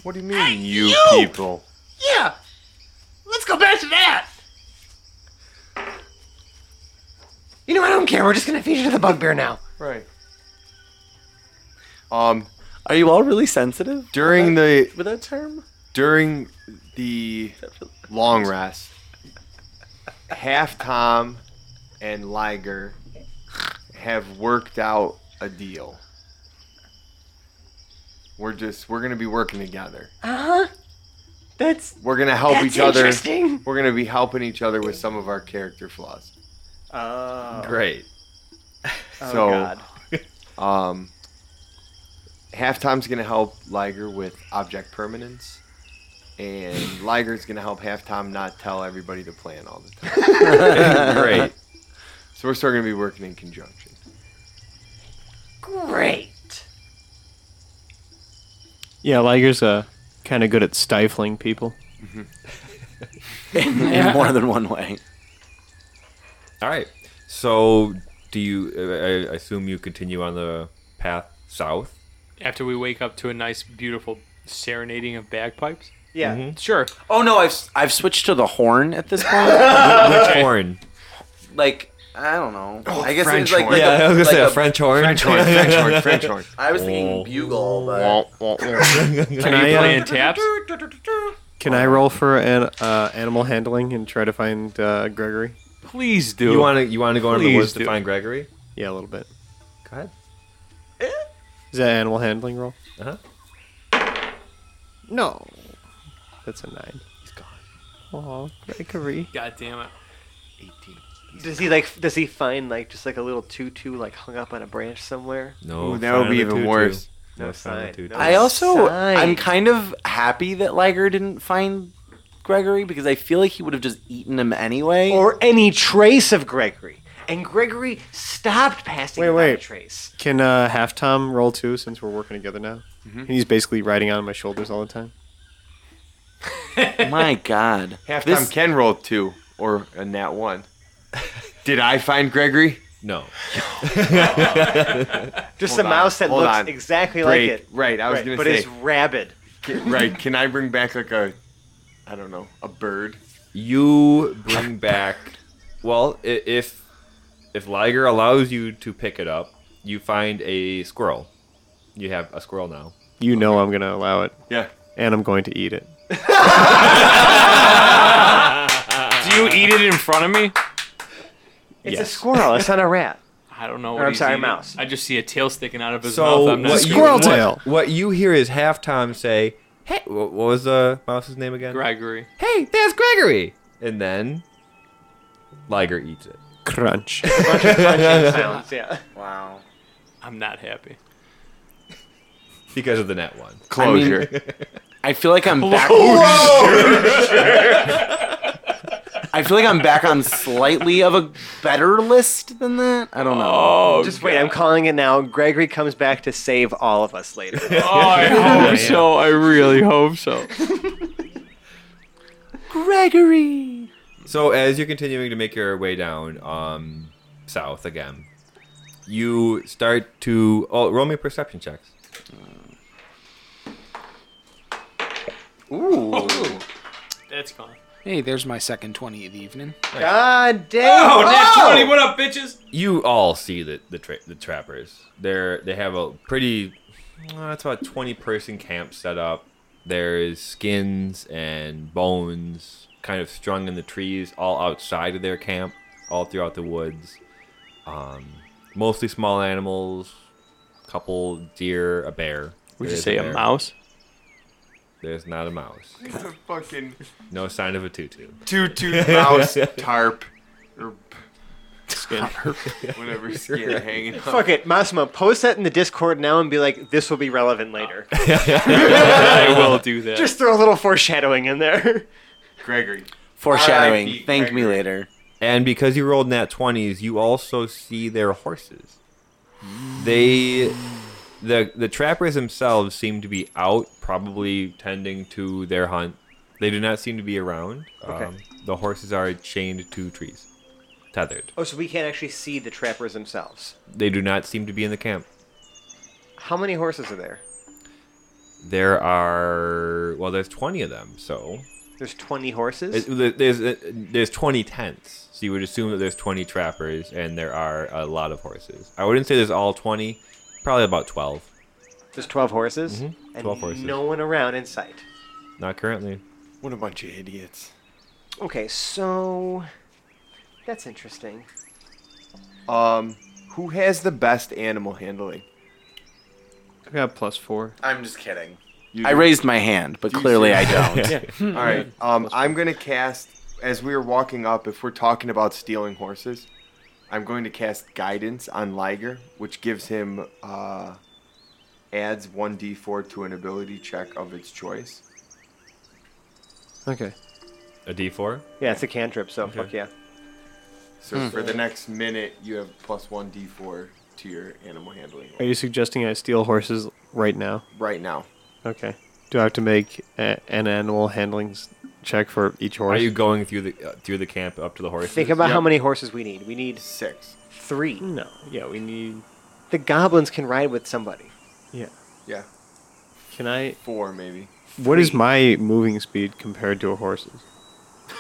What do you mean, you, people?
Yeah. Let's go back to that. You know, I don't care. We're just gonna feed you to the bugbear now.
Right. Um,
Are you all really sensitive
during the
with that term?
during the long rest, half Tom and Liger have worked out a deal. We're just we're gonna be working together.
Uh huh. That's
We're gonna help
that's
each other.
interesting.
We're gonna be helping each other with some of our character flaws.
Oh,
Great.
oh
so-
God.
Um, Halftime's going to help Liger with object permanence, and Liger's going to help Halftime not tell everybody the plan all the time.
Great.
So we're still going to be working in conjunction.
Great.
Yeah, Liger's uh, kind of good at stifling people.
In more than one way.
All right. So, do you? I I assume you continue on the path south.
After we wake up to a nice, beautiful serenading of bagpipes.
Yeah.
Mm-hmm.
Sure.
Oh no, I've I've switched to the horn at this point.
Which horn?
like I don't know. I guess
French
it's like,
horn.
like a- like a-
French horn. French horn.
French horn, French horn.
I was thinking bugle, but
Can Are you
uh,
playing taps?
Can I roll for an uh, animal handling and try to find uh, Gregory?
Please do.
You want to? You want to go into the
Please
woods to
do.
find Gregory?
Yeah, a little bit. Eh?
Go ahead.
Is that animal handling roll?
Uh huh.
No. That's a nine. He's gone. Oh, Gregory.
God damn it.
Does he like? Does he find like just like a little tutu like hung up on a branch somewhere?
No.
Ooh, that
sign
would
of
be
the
even
tutu.
worse.
No,
No
sign.
sign.
of the tutu.
No.
I also
Sigh.
I'm kind of happy that Liger didn't find Gregory because I feel like he would have just eaten him anyway.
Or any trace of Gregory? And Gregory stopped passing
Wait,
without
wait.
a trace.
Can uh, Half Tom roll too, since we're working together now? And he's basically riding on my shoulders all the time.
My God,
Halftime
This-
can roll two, or a nat one. Did I find Gregory?
No.
Just
Hold
a
on,
mouse that
hold
looks
on.
exactly
Break.
like it.
Right, I was
Right,
going
but
to
it's
say.
rabid.
ca- right, can I bring back like a, I don't know, a bird?
You bring back. Well, i- if if Liger allows you to pick it up, you find a squirrel. You have a squirrel now.
You know I'm going to allow it,
Yeah.
and I'm going to eat it.
Do you eat it in front of me?
It's a squirrel. It's not a rat.
I don't know.
I'm
What he's
sorry,
eating.
mouse.
I just see a tail sticking out of his
So
mouth. I'm not
what
sure.
you,
Squirrel
what-
tail.
What you hear is halftime say, "Hey, wha- what was uh, mouse's name again?"
Gregory.
Hey, there's Gregory. And then Liger eats it.
Crunch.
Sounds, yeah.
wow.
I'm not happy.
Because of the net one.
Closure.
I feel like I'm back. I feel like I'm back on slightly of a better list than that. I don't know.
Oh,
Just wait, I'm calling it now. Gregory comes back to save all of us later.
oh I hope so. I really hope so.
Gregory.
So as you're continuing to make your way down um, south again, you start to oh roll me perception checks.
That's gone.
Hey, there's my second 20 of the evening.
God damn!
Oh, Nat 20, what up, bitches?
You all see the the, tra- the trappers. They're they have a pretty uh, it's about twenty person camp set up. There's skins and bones kind of strung in the trees all outside of their camp, all throughout the woods. Um, mostly small animals, couple deer, a bear.
Would
There
you
is
say a
bear.
mouse?
There's not a mouse.
Fucking
No sign of a tutu.
tutu mouse tarp or skin, whatever skin hanging up.
Fuck it, Massimo. Post that in the Discord now and be like, "This will be relevant later."
Ah. I will do that.
Just throw a little foreshadowing in there.
Gregory.
Foreshadowing.
R.I.P.
Thank me
Gregory.
later.
And because you rolled nat 20s, you also see their horses. They the the trappers themselves seem to be out probably tending to their hunt. They do not seem to be around. Okay. the horses are chained to trees, tethered.
Oh, so we can't actually see the trappers themselves.
They do not seem to be in the camp.
How many horses are there?
There are well, there's 20 of them, so
There's 20 horses.
It- there- there's uh, there's 20 tents so you would assume that there's 20 trappers and there are a lot of horses i wouldn't say there's all 20 probably about 12
There's 12 horses.
Mhm,
And
12 horses.
no one around in sight.
not currently
What a bunch of idiots.
Okay, so that's interesting.
Um, who has the best animal handling?
I got plus four.
I'm just kidding.
You
I
do.
raised my hand, but clearly I don't.
All right. Um, I'm gonna cast as we are walking up. If we're talking about stealing horses, I'm going to cast guidance on Liger, which gives him uh, adds one d4 to an ability check of its choice.
Okay.
a d4
Yeah, it's a cantrip, so fuck yeah.
So
Hmm.
for the next minute, you have plus one d4 to your animal handling
Are you suggesting I steal horses right now?
right now.
Okay. Do I have to make a, an animal handling s- check for each
are
horse?
you going through the uh, through the camp up to the horses
Think about how many horses we need. We need
Six.
three.
No. Yeah, we need.
The goblins can ride with somebody.
Yeah.
Yeah,
Can I?
four maybe.
What is my moving speed compared to a horse's?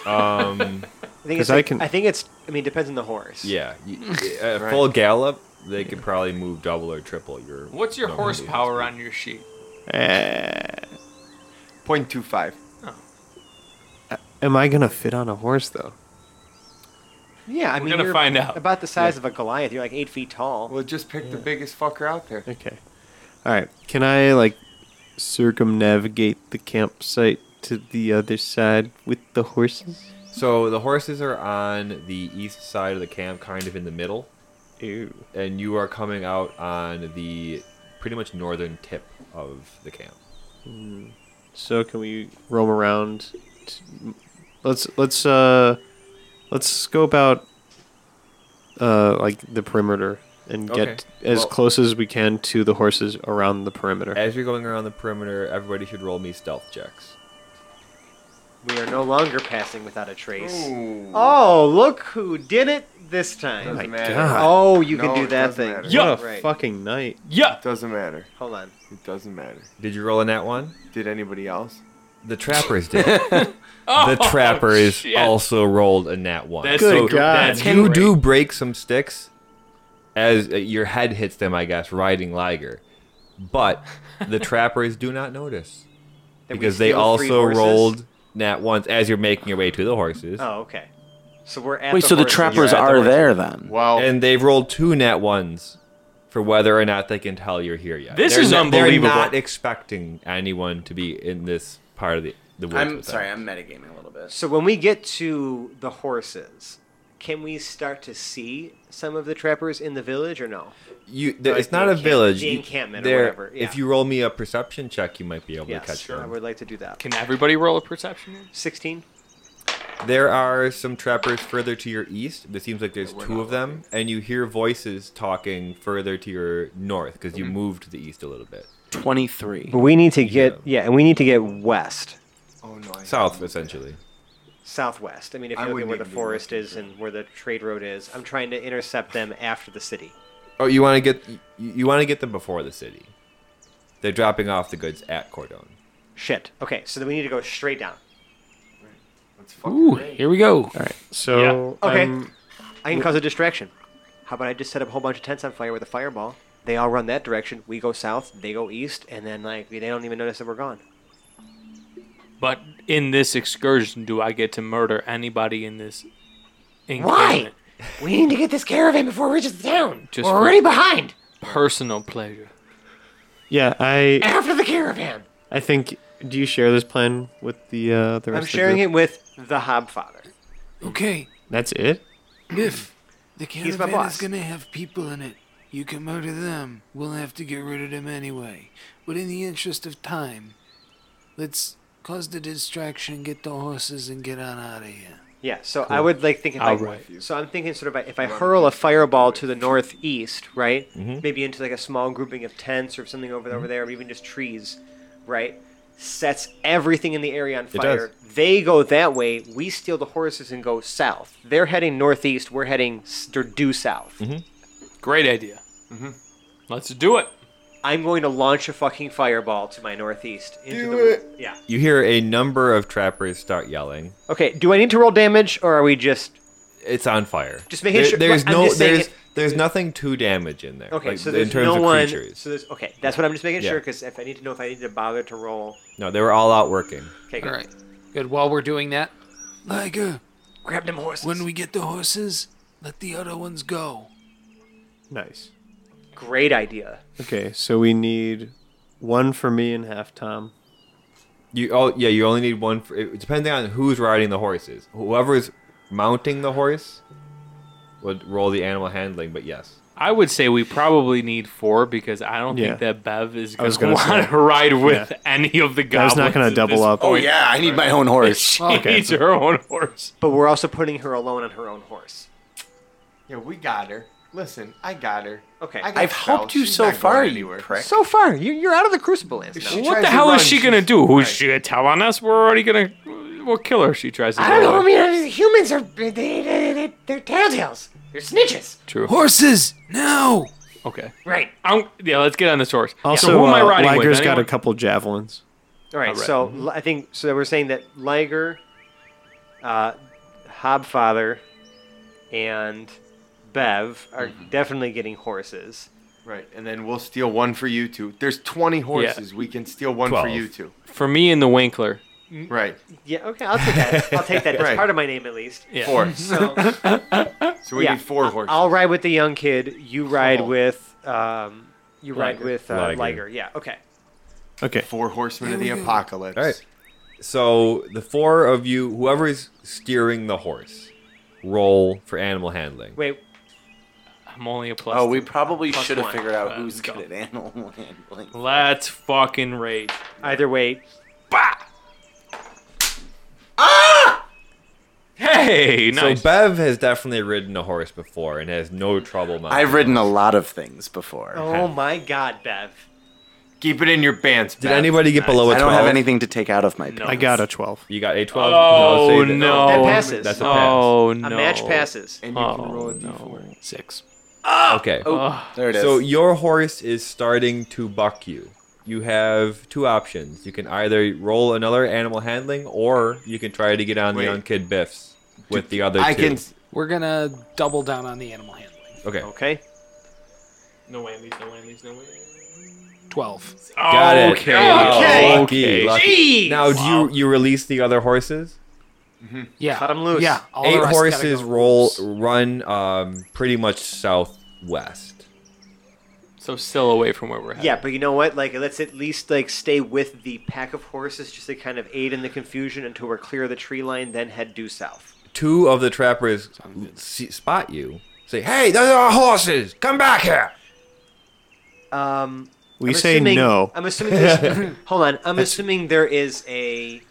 um
I
'Cause
think it's.
I
like-
can-
I think it's. I mean, depends on the horse.
yeah you,
uh,
at full gallop they could probably move double or triple your
What's your
normal speed.
horsepower on your sheet?
Eh,
Point two five.
am I gonna fit on a horse though?
Yeah, I mean,
gonna
you're
find out.
About the size of a Goliath, you're like eight feet tall.
Well, just pick the biggest fucker out there.
Okay. All right. Can I like circumnavigate the campsite to the other side with the horses?
so the horses are on the east side of the camp kind of in the middle
Ew.
and you are coming out on the pretty much northern tip of the camp
So can we roam around? t let's let's uh let's scope out uh like the perimeter and get
Okay.
as
Well-
close as we can to the horses around the perimeter.
As you're going around the perimeter, everybody should roll me stealth checks.
We are no longer passing without a trace. Oh, look who did it this time.
Doesn't
my
matter.
God.
Oh, you
No,
can do
it
that
doesn't
thing.
matter.
what a
Right.
fucking night!
Yeah.
Doesn't matter.
Hold on.
It doesn't matter.
Did you roll in that one?
Did anybody else?
The trappers did. the trappers
Oh, shit.
also rolled Oh, a nat one.
That's
Good
so
God.
That's
you
great.
do break some sticks as uh, your head hits them, I guess, riding Liger. But the trappers do not notice
Did we
because they
steal three
also
horses?
rolled nat ones as you're making your way to the horses.
Oh, okay. So we're at.
Wait,
the
so the
horses.
trappers
Yeah, the
are
horses.
there then?
Well,
And they've rolled two nat ones for whether or not they can tell you're here yet.
This
They're
is
not-
unbelievable.
They're not expecting anyone to be in this part of the, the woods.
I'm
with
sorry,
them.
I'm metagaming a little bit.
So when we get to the horses, can we start to see some of the trappers in the village or no?
You, the,
Like
it's
the
not a
encamp-
village.
the
You-
encampment or
there-
whatever, yeah.
If you roll me a perception check, you might be able to
yes,
catch
I
them.
would like to do that.
Can everybody roll a perception?
16?
There are some trappers further to your east. It seems like there's two of them, and you hear voices talking further to your north because
Mm-hmm.
you moved to the east a little bit,
23.
We need to get, yeah, and we need to get west,
oh no. I-
south essentially.
southwest. I mean, if
I
you look at
wouldn't
where the
even be
forest
looking
is and where the trade road is, I'm trying to intercept them after the city.
Oh, you want to get you, you want to get them before the city. They're dropping off the goods at Cordon.
Shit. Okay, so then we need to go straight down.
Let's fucking
Ooh, here we go.
All right. So
Yeah. Okay.
I'm-
I can cause a distraction. How about I just set up a whole bunch of tents on fire with a fireball? They all run that direction. We go south, they go east, and then, like, they don't even notice that we're gone.
But in this excursion, do I get to murder anybody in this?
Why?
encampment?
We need to get this caravan before it reaches the town.
Just
We're
for-
already behind.
Personal pleasure.
yeah, I
After the caravan.
I think Do you share this plan with the uh, the rest
I'm sharing
of
it with the Hobfather.
Okay,
That's it.
Biff, the
He's my
caravan is
boss.
gonna have people in it. You can murder them. We'll have to get rid of them anyway. But in the interest of time, let's cause the distraction, get the horses, and get on out of here.
Yeah, so I would like think if I
I'll run
so I'm thinking sort of like, if I hurl a fireball to the northeast, right?
Mm-hmm.
Mhm.
Maybe into like a small grouping of tents or something over over there, or even just trees, right? Sets everything in the area on
does.
fire. They go that way. We steal the horses and go south. They're heading northeast. We're heading s- they're due south.
Mm-hmm. Great idea. Mm-hmm. Let's do it.
I'm going to launch a fucking fireball to my northeast. Into
Do
the,
it.
Yeah.
You hear a number of trappers start yelling.
Okay. Do I need to roll damage, or are we just
It's on fire.
Just making sure-
There's
I'm
no.
just saying
there's
it-
there's nothing to damage in there.
okay?
like,
so
in
there's
terms
no
of
one.
creatures.
So there's okay. That's what I'm just making
Yeah.
sure because if I need to know if I need to bother to roll.
No, they were all out working.
Okay.
All right. Good. While we're doing that,
Liger,
Grab them horses.
uh, when we get the horses, let the other ones go.
Nice.
Great idea.
Okay, so we need one for me and half Tom.
You oh yeah, you only need one. For, it, depending on who's riding the horses, whoever's mounting the horse would roll the animal handling. But yes,
I would say we probably need four because I don't
Yeah.
think that Bev is
I was
going to
gonna
want
say.
to ride with
Yeah.
any of the
Bev's
goblins.
not gonna
at
double
this
up.
Oh
point.
yeah, I need my own horse.
She needs her own horse.
But we're also putting her alone on her own horse.
Yeah, we got her. Listen, I got her.
Okay.
I got
I've
spells.
helped you
She's
so
not going
far, you
anywhere.
prick.
So far, you're, you're out of the crucible, Lance.
If
now.
she
What
tries
the
to
hell is
run,
she
she's-
going to do? Who's she going to tell on us? We're already going to. We'll kill her if she tries to.
I don't
tell
know. I
on
mean,
us.
I mean, humans are they, they, they, they're tattletales. They're snitches.
True.
Horses, now!
Okay.
Right.
I'm, yeah, let's get on this horse.
Also,
so who am I
uh,
riding with?
Liger's got a
Anyone?
couple javelins.
All right,
All right.
So l- I think so. We're saying that Liger, uh, Hobfather, and Bev are definitely getting horses.
Mm-hmm. Right, and then we'll steal one for you two. There's 20 horses. We can steal one for
Twelve.
you two.
For me and the Winkler.
Right.
Yeah. Okay. I'll take that. I'll take that. That's
Right.
part of my name at least.
Yeah.
Four.
So
So we
Yeah.
need four horses.
I'll ride with the young kid. You ride
Oh.
with um. You ride
Liger.
with uh,
Liger.
Liger. Yeah. Okay.
Okay.
Four horsemen of the
There we go.
apocalypse.
All right. So the four of you, whoever is steering the horse, roll for animal handling.
Wait.
I'm only a plus.
Oh,
two.
we probably
Plus
should have
one.
figured out
Uh,
who's
go.
good at animal handling.
Let's fucking rage.
Either way.
Hey, nice.
So Bev has definitely ridden a horse before and has no trouble mounting.
I've ridden a lot of things before.
Oh my God, Bev.
Keep it in your pants.
Did
Beth.
anybody get below a
I don't have
12?
anything to take out of my.
No.
No.
I got a twelve.
You got a twelve.
oh
No, say that-
no.
That passes.
That's a pass.
oh no.
A match passes. Ah! Oh.
And you can roll
Oh
a d4.
no. Six. Oh.
Okay.
Ah.
There it is.
So your horse is starting to buck you. You have two options. You can either roll another animal handling, or you can try to get on
Wait.
the young kid Biffs with the other
I
two.
can.
we're gonna double down on the animal handling.
Okay.
Okay.
No whammies. No whammies. No whammies.
Twelve.
Got it.
Okay.
Oh,
Wow,
Okay.
Lucky,
Okay.
lucky. Now, do you you release the other horses?
Yeah.
Cut 'em loose.
Yeah. all the
Eight
rest gotta
horses
go.
roll run um pretty much southwest.
So still away from where we're at.
Yeah, but you know what? Like, let's at least like stay with the pack of horses, just to kind of aid in the confusion until we're clear of the tree line. Then head due south.
Two of the trappers see, spot you. Say, "Hey, those are our horses! Come back here!"
Um,
We
I'm
say
assuming-
no.
I'm assuming. There's, hold on. I'm assuming there is a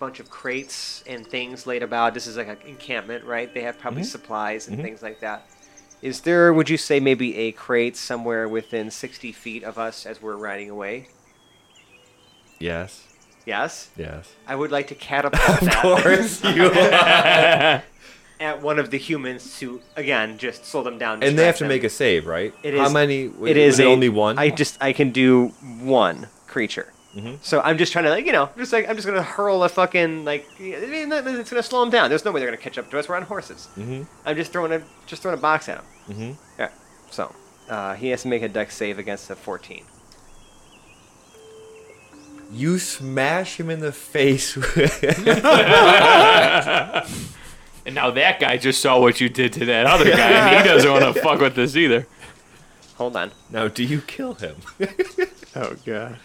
bunch of crates and things laid about. This is like an encampment, right? They have probably
Mm-hmm.
supplies and things like that. Is there? Would you say maybe a crate somewhere within 60 feet of us as we're riding away?
Yes.
Yes.
Yes.
I would like to catapult that.
you
at one of the humans to again just slow them down.
and they have to
distract
make a save, right?
It
How
is-
many?
them.
was
It is
was
a,
only one.
I just I can do one creature.
Mhm.
So I'm just trying to like you know just like I'm just gonna hurl a fucking like it's gonna slow them down. There's no way they're gonna catch up to us. We're on horses.
Mhm.
I'm just throwing a just throwing a box at him.
Mhm.
Yeah. So uh, he has to make a deck save against a 14.
You smash him in the face. with-
And now that guy just saw what you did to that other guy, and he doesn't want to fuck with this either.
Hold on.
now, do you kill him?
Oh god.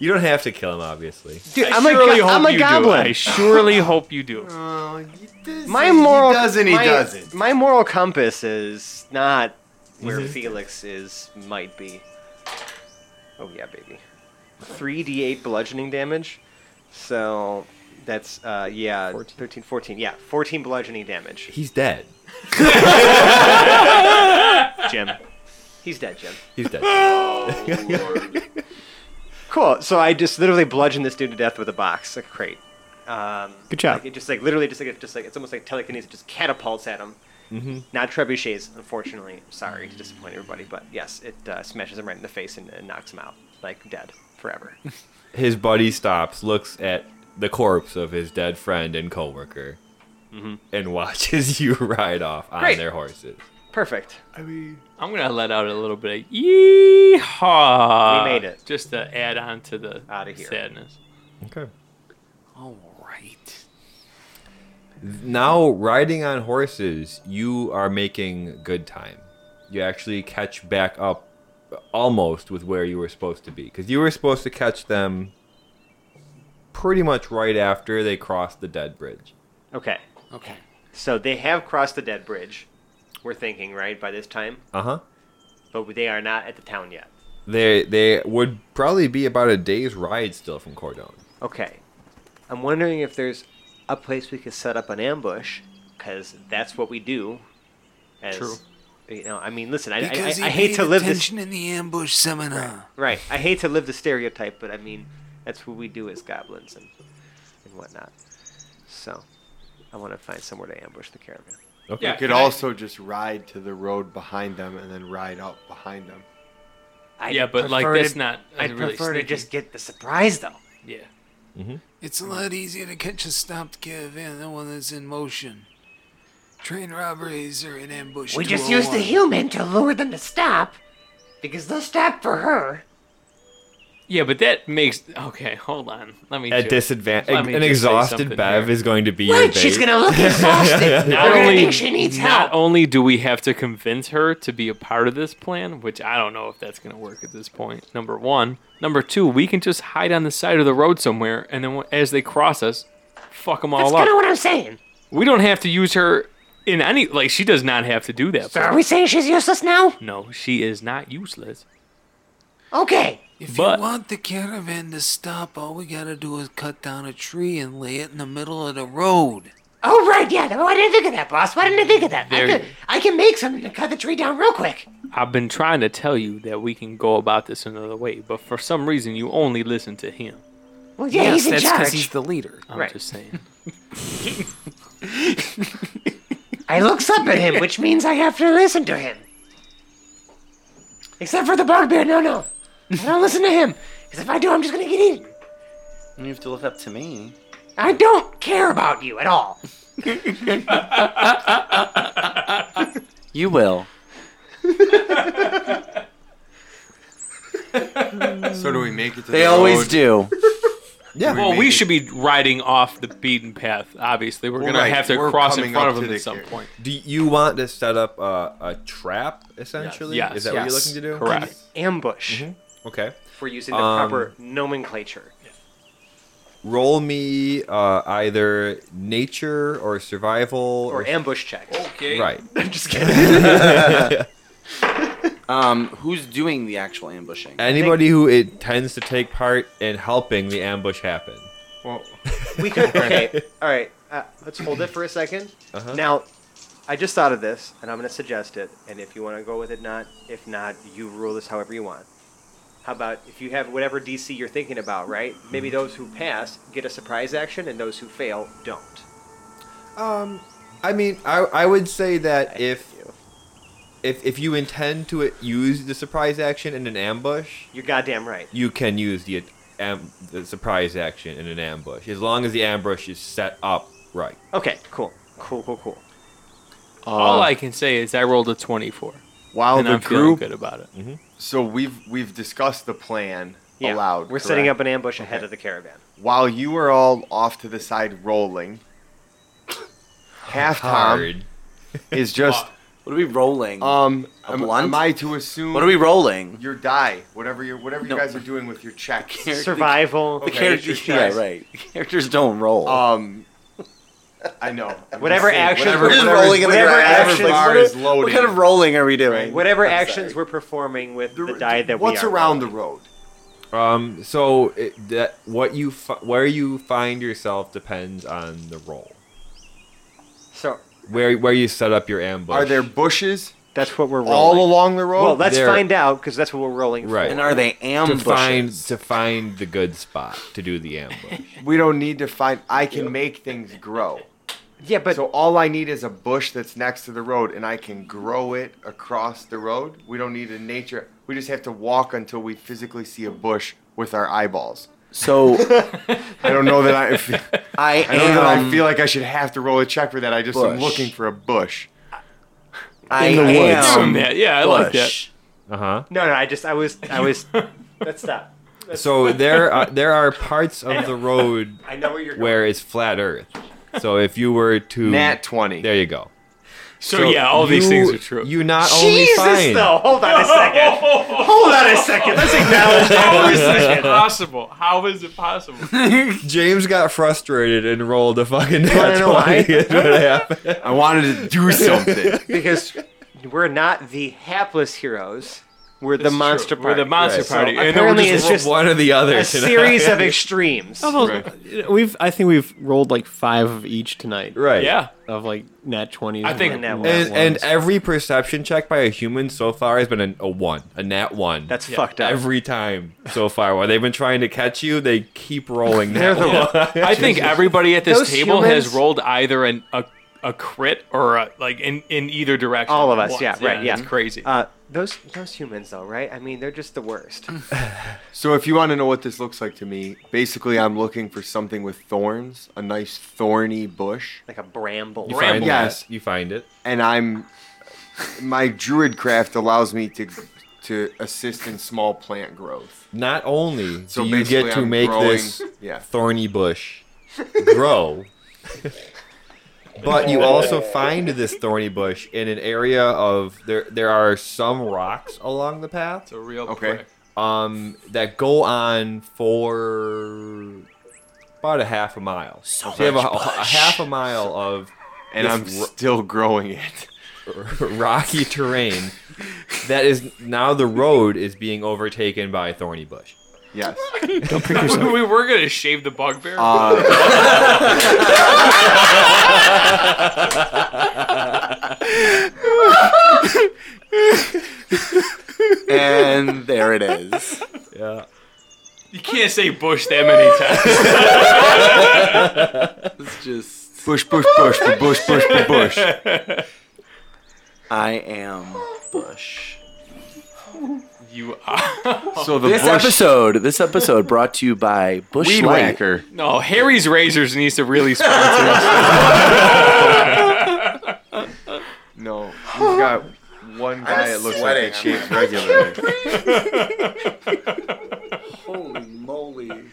You don't have to kill him, obviously.
Dude, I I'm a surely go- hope I'm a you do. goblin.
I surely hope you do.
my
Oh,
moral
he doesn't, he
my,
doesn't.
My moral compass is not where
Mm-hmm.
Felix is might be. Oh yeah, baby. Three D eight bludgeoning damage. So that's uh yeah 14. 13 14 yeah 14 bludgeoning damage
He's dead.
jim he's dead jim
He's dead.
cool so i just literally bludgeoned this dude to death with a box like a crate um
Good job.
like, it just like literally just like it just like it's almost like telekinesis it just catapults at him
mm-hmm.
not trebuchets unfortunately sorry to disappoint everybody but yes it uh, smashes him right in the face and, and knocks him out like dead forever
His buddy stops, looks at the corpse of his dead friend and coworker,
Mm-hmm.
and watches you ride off on
Great.
their horses.
perfect
I mean, I'm gonna let out a little bit of yeehaw.
We made it.
Just to add on to the
Outta here.
sadness.
Okay.
All right.
Now, riding on horses, you are making good time. You actually catch back up almost with where you were supposed to be because you were supposed to catch them pretty much right after they crossed the dead bridge.
okay
Okay.
so they have crossed the dead bridge we're thinking right by this time
Uh
Uh-huh.
huh.
but they are not at the town yet
They they would probably be about a day's ride still from Cordon.
Okay. I'm wondering if there's a place we could set up an ambush, because that's what we do. As,
True.
You know, I mean, listen, I, I,
Because he
I, I hate
paid
to live this.
attention in the ambush seminar.
Right. I hate to live the stereotype, but I mean, that's what we do as goblins and, and whatnot. So, I want to find somewhere to ambush the caravan.
Okay.
Yeah,
You could
can I-
also just ride to the road behind them and then ride up behind them.
I
yeah, but like
prefer to-
that's not.
I'd
really
prefer
sneaky.
to just get the surprise, though.
Yeah.
It's a lot easier to catch a stopped caravan than one that's in motion. Train robberies are an ambush.
We
oh
just used the
201.
human to lure them to stop, because they'll stop for her.
Yeah, but that makes. Okay, hold on. Let me.
At
ju- Let
disadvantage,
me just
an
say
exhausted
something
Bev
here.
is going to be your
Right, she's
bait.
gonna look exhausted.
Not
We're gonna
only,
think she needs
not
help.
only do we have to convince her to be a part of this plan, which I don't know if that's going to work at this point. Number one. Number two, we can just hide on the side of the road somewhere, and then wh- as they cross us, fuck them all
That's
up.
kind of what I'm saying.
We don't have to use her in any. Like, she does not have to do that.
So are we saying she's useless now?
no, she is not useless.
Okay.
If
But-
you want the caravan to stop, all we gotta do is cut down a tree and lay it in the middle of the road.
Oh right, yeah. No, I didn't think of that, boss. Why didn't I think of that?
There-
I, could, I can make something to cut the tree down real quick.
I've been trying to tell you that we can go about this another way, but for some reason, you only listen to him.
Well, yeah,
yes,
he's in
that's
charge.
he's the leader.
I'm
Right.
just saying.
I looks up at him, which means I have to listen to him. Except for the bugbear. No, no. I don't listen to him. Because if I do, I'm just going to get eaten.
You have to look up to me.
I don't care about you at all.
You will.
So do we make it to
They
the
always do.
road?
Well,
make
we
it-
should be riding off the beaten path. Obviously, we're gonna
Right,
have to
we're
cross in
coming
front
up
of
to
them
the
at some
gate.
point.
Do you want to set up a, a trap, essentially?
Yes.
Is that what you're
Yes.
looking to do?
Correct.
Ambush.
Okay.
If we're Mm-hmm. using the
Um,
proper nomenclature.
Roll me uh, either nature or survival
Or ambush checks.
Okay.
right.
I'm just kidding.
Um, who's doing the actual ambushing?
Anybody who intends to take part in helping the ambush happen.
Well,
We could. Okay. All right. Uh, let's hold it for a 2nd
Uh-huh.
Now, I just thought of this, and I'm going to suggest it. And if you want to go with it, not. If not, you rule this however you want. How about if you have whatever DC you're thinking about, right? Maybe
Mm-hmm.
those who pass get a surprise action, and those who fail don't.
Um, I mean, I, I would say that if
You.
if if you intend to uh, use the surprise action in an ambush,
You're goddamn right.
you can use the am- the surprise action in an ambush as long as the ambush is set up right.
Okay. Cool. Cool. Cool. Cool.
Uh,
All I can say is I rolled a 24,
while
and
the
I'm feeling
group,
good about it.
Mm-hmm.
so we've we've discussed the plan
Yeah.
aloud.
We're setting
correct?
up an ambush ahead of the caravan.
while you were all off to the side rolling. Half Tom
Hard.
is just
What are we rolling?
Um,
A
am,
blunt?
am I to assume?
What are we rolling?
Your die, whatever you whatever you
No.
guys are doing with your checks.
Survival.
The character, yeah, right. The characters don't roll.
Um, I know. I'm
Whatever
just saying,
action-
whatever,
We're just
whatever-
rolling in the
whatever
grass.
action
Like,
bar
what,
is
are-
loaded.
what kind of rolling are we doing?
Whatever
I'm sorry.
actions we're performing with the, die that
What's
we are.
around the road?
Um, so it, that what you fi- where you find yourself depends on the role.
So
Where where you set up your ambush.
Are there bushes
that's what we're rolling.
all along the road?
well, let's
There-
find out because that's what we're rolling
right
And are they
to
ambushes?
find to find the good spot to do the ambush?
we don't need to find. I can make things grow.
for. Yeah, but
so all I need is a bush that's next to the road, and I can grow it across the road. We don't need a nature. We just have to walk until we physically see a bush with our eyeballs.
So
I don't know that I. If,
I
I don't know that I
am.
feel like I should have to roll a check for that. I just am
Bush.
looking for a bush.
I
in the woods.
am
Give 'em that. Yeah, I like that.
bush.
Uh huh.
no, no. I just, I was, I was. let's stop.
So there are, there are parts of the road
I know where you're going.
where it's flat Earth. So if you were to
Nat twenty.
there you go.
So, yeah, all these
you-
things are true.
You not
Jesus,
only find
though. Hold on a second. Hold on a second. Let's acknowledge
How
that.
is this possible? How is it possible?
James got frustrated and rolled a fucking
wanna
nat
know why?
twenty. Is what happened.
I wanted to do something.
because we're not the hapless heroes. We're the
It's true.
monster
We're
party.
the monster
Right. So
party. and then we're
apparently
just
it's just
one or the other.
a
tonight.
series of extremes.
We've I think we've rolled like five of each tonight.
right.
Yeah.
Of like nat twenties.
I think-
and
And
nat
And, and
ones.
every perception check by a human so far has been an, a one, a nat one.
That's fucked up.
every time so far. While they've been trying to catch you, they keep rolling
They're
nat
the
one.
I think everybody at this
Those
table
humans-
has rolled either an, a a crit or a, like in in either direction.
All of us,
once.
yeah, right, yeah.
it's crazy.
Uh, those those humans though, right? I mean, they're just the worst.
So if you want to know what this looks like to me, basically I'm looking for something with thorns, a nice thorny bush,
Like a bramble.
You find
Bramble. Yes.
it. You find it.
and I'm my druid craft allows me to to assist in small plant growth.
Not only
So
do you
basically
get to
I'm
make
growing-
this
yeah.
thorny bush grow, but you also find this thorny bush in an area of there. There are some rocks along the path.
it's a real
okay.
prick.
um, that go on for about a half a mile. So, you have a, a half a mile of
And I'm
This ro-
still growing it.
rocky terrain that is now the road is being overtaken by a thorny bush.
Yes.
we were gonna shave the bugbear.
Uh,
And there it is.
Yeah.
you can't say bush that many times.
It's just
bush, bush, bush, bush, bush, bush.
I am bush.
you are.
So the
This
bush
episode, this episode, brought to you by Bush
weed
Light.
whacker.
No, Harry's Razors needs to really sponsor us.
No, we've got one guy that looks like it shaves regularly.
Holy moly!
I'm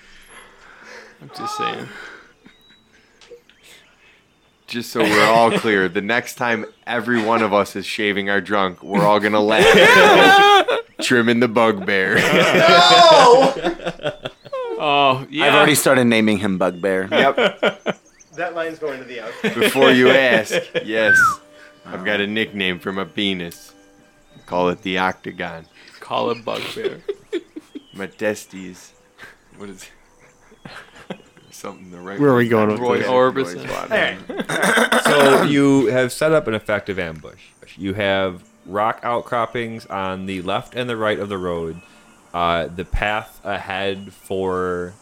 just saying.
Just so we're all clear, the next time every one of us is shaving our drunk, we're all gonna laugh. Trimming the bugbear.
Oh yeah.
I've already started naming him Bugbear.
yep.
That line's going to the out.
Before you ask, yes, I've got a nickname for my penis. Call it the octagon.
call it bugbear.
My testes. What is? Something the right.
Where are we going with
Roy
this?
Orbison.
So you have set up an effective ambush. You have rock outcroppings on the left and the right of the road. Uh, the path ahead for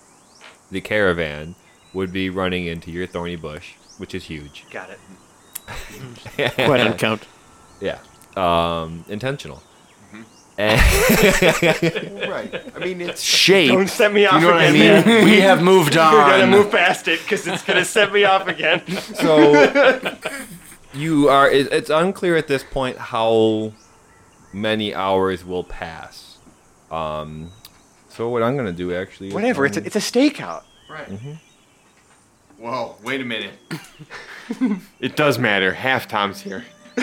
the caravan would be running into your thorny bush, which is huge.
Got it.
Quite on count.
Yeah. Um, intentional.
Mm-hmm.
Eh.
Right. I mean, it's
Shape.
Don't set me off
know what I
again.
mean?
man.
we have moved on.
We're gonna move past it because it's gonna set me off again.
so you are it, it's unclear at this point how many hours will pass um so what i'm gonna do actually is
Whatever. It's a,
I'm-
it's a stakeout.
Mm-hmm.
Whoa! Wait a minute. it does matter. Half Tom's here.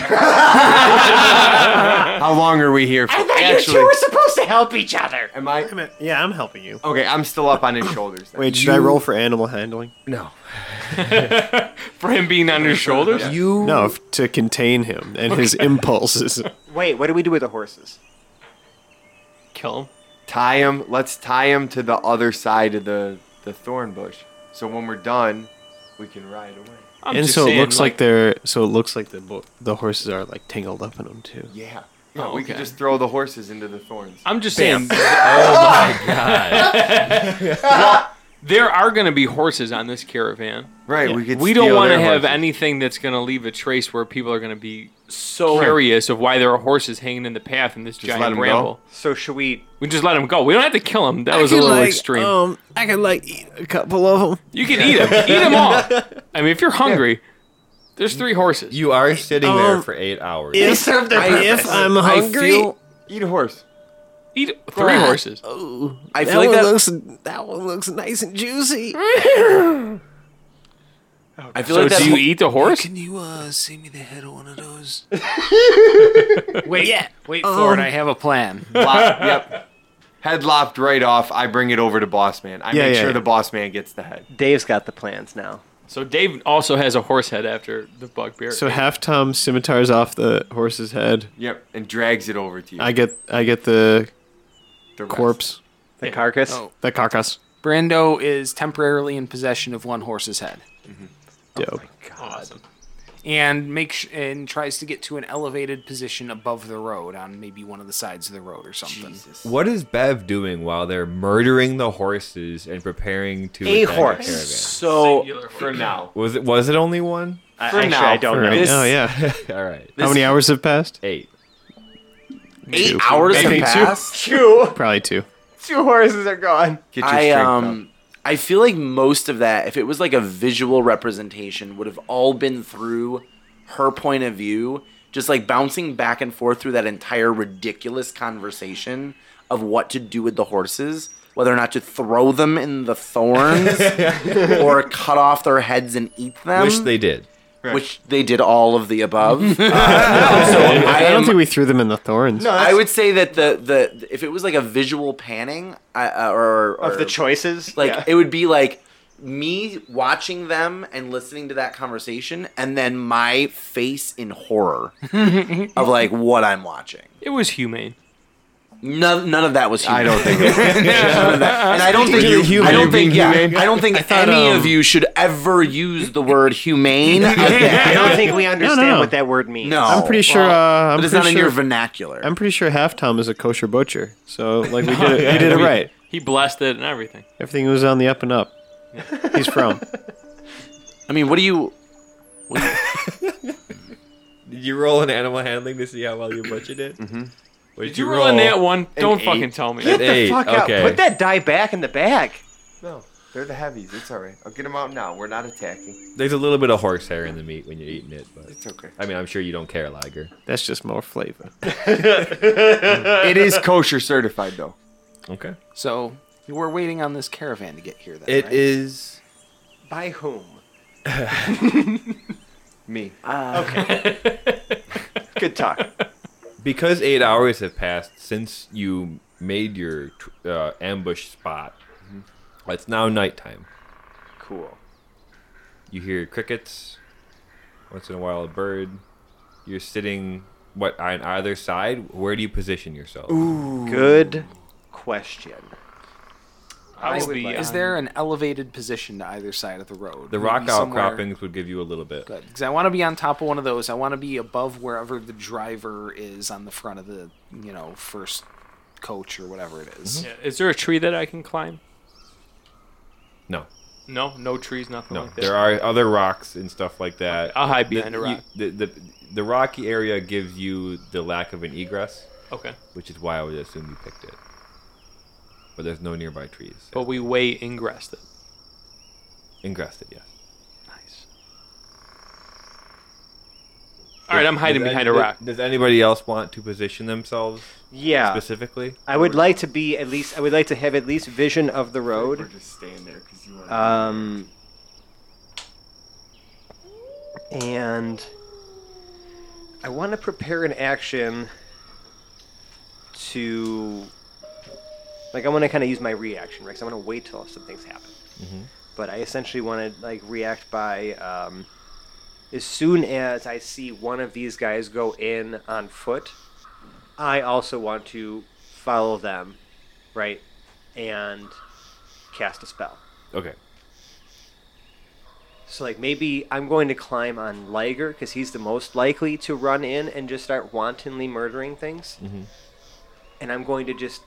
How long are we here for?
I thought you two were supposed to help each other.
Am I?
yeah, I'm helping you.
Okay, I'm still up on his shoulders. then.
Wait, should I roll for animal handling?
No.
For him being on your shoulders?
You
No, f- to contain him and his impulses.
Wait, what do we do with the horses?
Kill him.
Tie him. Let's tie him to the other side of the the thorn bush. So when we're done, we can ride away.
I'm
and
just
so
saying,
it looks like, they're so it looks like the bo- the horses are like tangled up in them too.
Yeah. Yeah,
Oh,
we could
okay.
just throw the horses into the thorns.
I'm just saying.
Oh
Oh
God.
There are going to be horses on this caravan.
Right, we could.
We don't
steal
want to
their
have
horses.
anything that's going to leave a trace where people are going to be so curious of why there are horses hanging in the path in this
let
giant
'em go?
bramble.
So should we?
We just let them go. We don't have to kill them. That
I
was a
could,
little
like,
extreme.
Um, I could like eat a couple of them.
you can eat them. Eat them all. I mean, if you're hungry, there's three horses.
You are sitting there
Um,
for eight hours.
If,
served their
I- if I'm hungry,
Eat a horse.
eat three horses.
Ooh,
I
that
feel like
one
that-
looks that one looks nice and juicy.
I feel
So
like that.
do you eat the horse?
Can you uh, see me the head of one of those?
Wait, wait for it. I have a plan.
Lop, yep. Head lopped right off. I bring it over to boss man. I
Yeah,
make
yeah,
sure
yeah.
the boss man gets the head.
Dave's got the plans now.
So Dave also has a horse head after the bugbear.
So half Tom scimitars off the horse's head.
Yep, and drags it over to you.
I get I get the
The rest.
corpse,
The carcass.
Oh.
the carcass.
Brando is temporarily in possession of one horse's head
Oh
Dope.
awesome.
and makes and tries to get to an elevated position above the road on maybe one of the sides of the road or something.
What is Bev doing while they're murdering the horses and preparing to
A
attack the
horse.
caravan?
So for now,
Was it was it only one?
I,
For
actually,
now,
I don't
All
know.
right. Oh yeah.
All right.
How many hours have passed?
Eight.
eight hours have
Maybe two.
passed.
Two,
Probably two.
two horses are gone.
Get your
I
strength
um, I feel like most of that, if it was like a visual representation, would have all been through her point of view, just like bouncing back and forth through that entire ridiculous conversation of what to do with the horses, whether or not to throw them in the thorns or cut off their heads and eat them,
Wish they did.
which they did all of the above. Uh, so I,
I don't
am-
think we threw them in the thorns. No,
I would say that the, the if it was like a visual panning I, uh, or, or
Of the choices,
like
yeah.
it would be like me watching them and listening to that conversation, and then my face in horror of like what I'm watching.
it was humane.
None, none of that was. Human.
I don't think. it-
and I don't think
Were you human?
I
Were
don't
you
think.
being
Yeah,
humane?
I don't think
thought,
any of
um,
you should ever use the word humane.
I
again.
don't think we understand
no.
what that word means.
No,
I'm pretty sure.
Well,
uh, I'm
but it's
pretty
not in
sure,
your vernacular.
I'm pretty sure half Tom is a kosher butcher. So like we did, it, we did it right.
He blessed it and everything.
Everything was on the up and up. He's from.
I mean, what do you?
Did you roll an animal handling to see how well you butchered it? Mm-hmm.
Did you roll in that one? Don't
eight.
fucking tell me.
An eight.
Fuck out.
okay.
Put that die back in the bag.
no, they're the heavies. It's all right. I'll get them out now. We're not attacking.
There's a little bit of horse hair in the meat when you're eating it, but
It's okay.
I mean, I'm sure you don't care, Liger.
That's just more flavor.
it is kosher certified though.
Okay.
So you were waiting on this caravan to get here. Then
It
right?
is.
By whom?
Me.
Good talk.
because eight hours have passed since you made your tw- uh, ambush spot, it's now nighttime.
Cool.
You hear crickets, once in a while a bird. You're sitting what on either side. Where do you position yourself?
Good question.
I
Is-
will be.
Is
on-
there an elevated position to either side of the road?
The
Maybe
rock
somewhere-
outcroppings would give you a little bit.
Good, because I want to be on top of one of those. I want to be above wherever the driver is on the front of the, you know, first coach or whatever it is.
Yeah, is there a tree that I can climb?
No,
No, no trees, nothing
no.
like that.
There are other rocks and stuff like that.
I'll hide
The-
behind a
you-
rock.
the, the, the rocky area gives you the lack of an egress,
Okay,
which is why I would assume you picked it. But there's no nearby trees.
but we way ingressed it.
Ingressed it, yes.
Nice. All right, I'm hiding
Does
behind a
any-
rock.
Does anybody else want to position themselves
Yeah,
specifically?
I would like to be at least. I would like to have at least vision of the
We're
road.
just staying there because you want.
Um, and Um, I want to prepare an action to. Like, I want to kind of use my reaction, right? 'Cause I want to wait till something's happened.
Mm-hmm.
But I essentially want to, like, react by. Um, as soon as I see one of these guys go in on foot, I also want to follow them, right? And cast a spell.
Okay.
So like maybe I'm going to climb on Liger because he's the most likely to run in and just start wantonly murdering things, and I'm going to just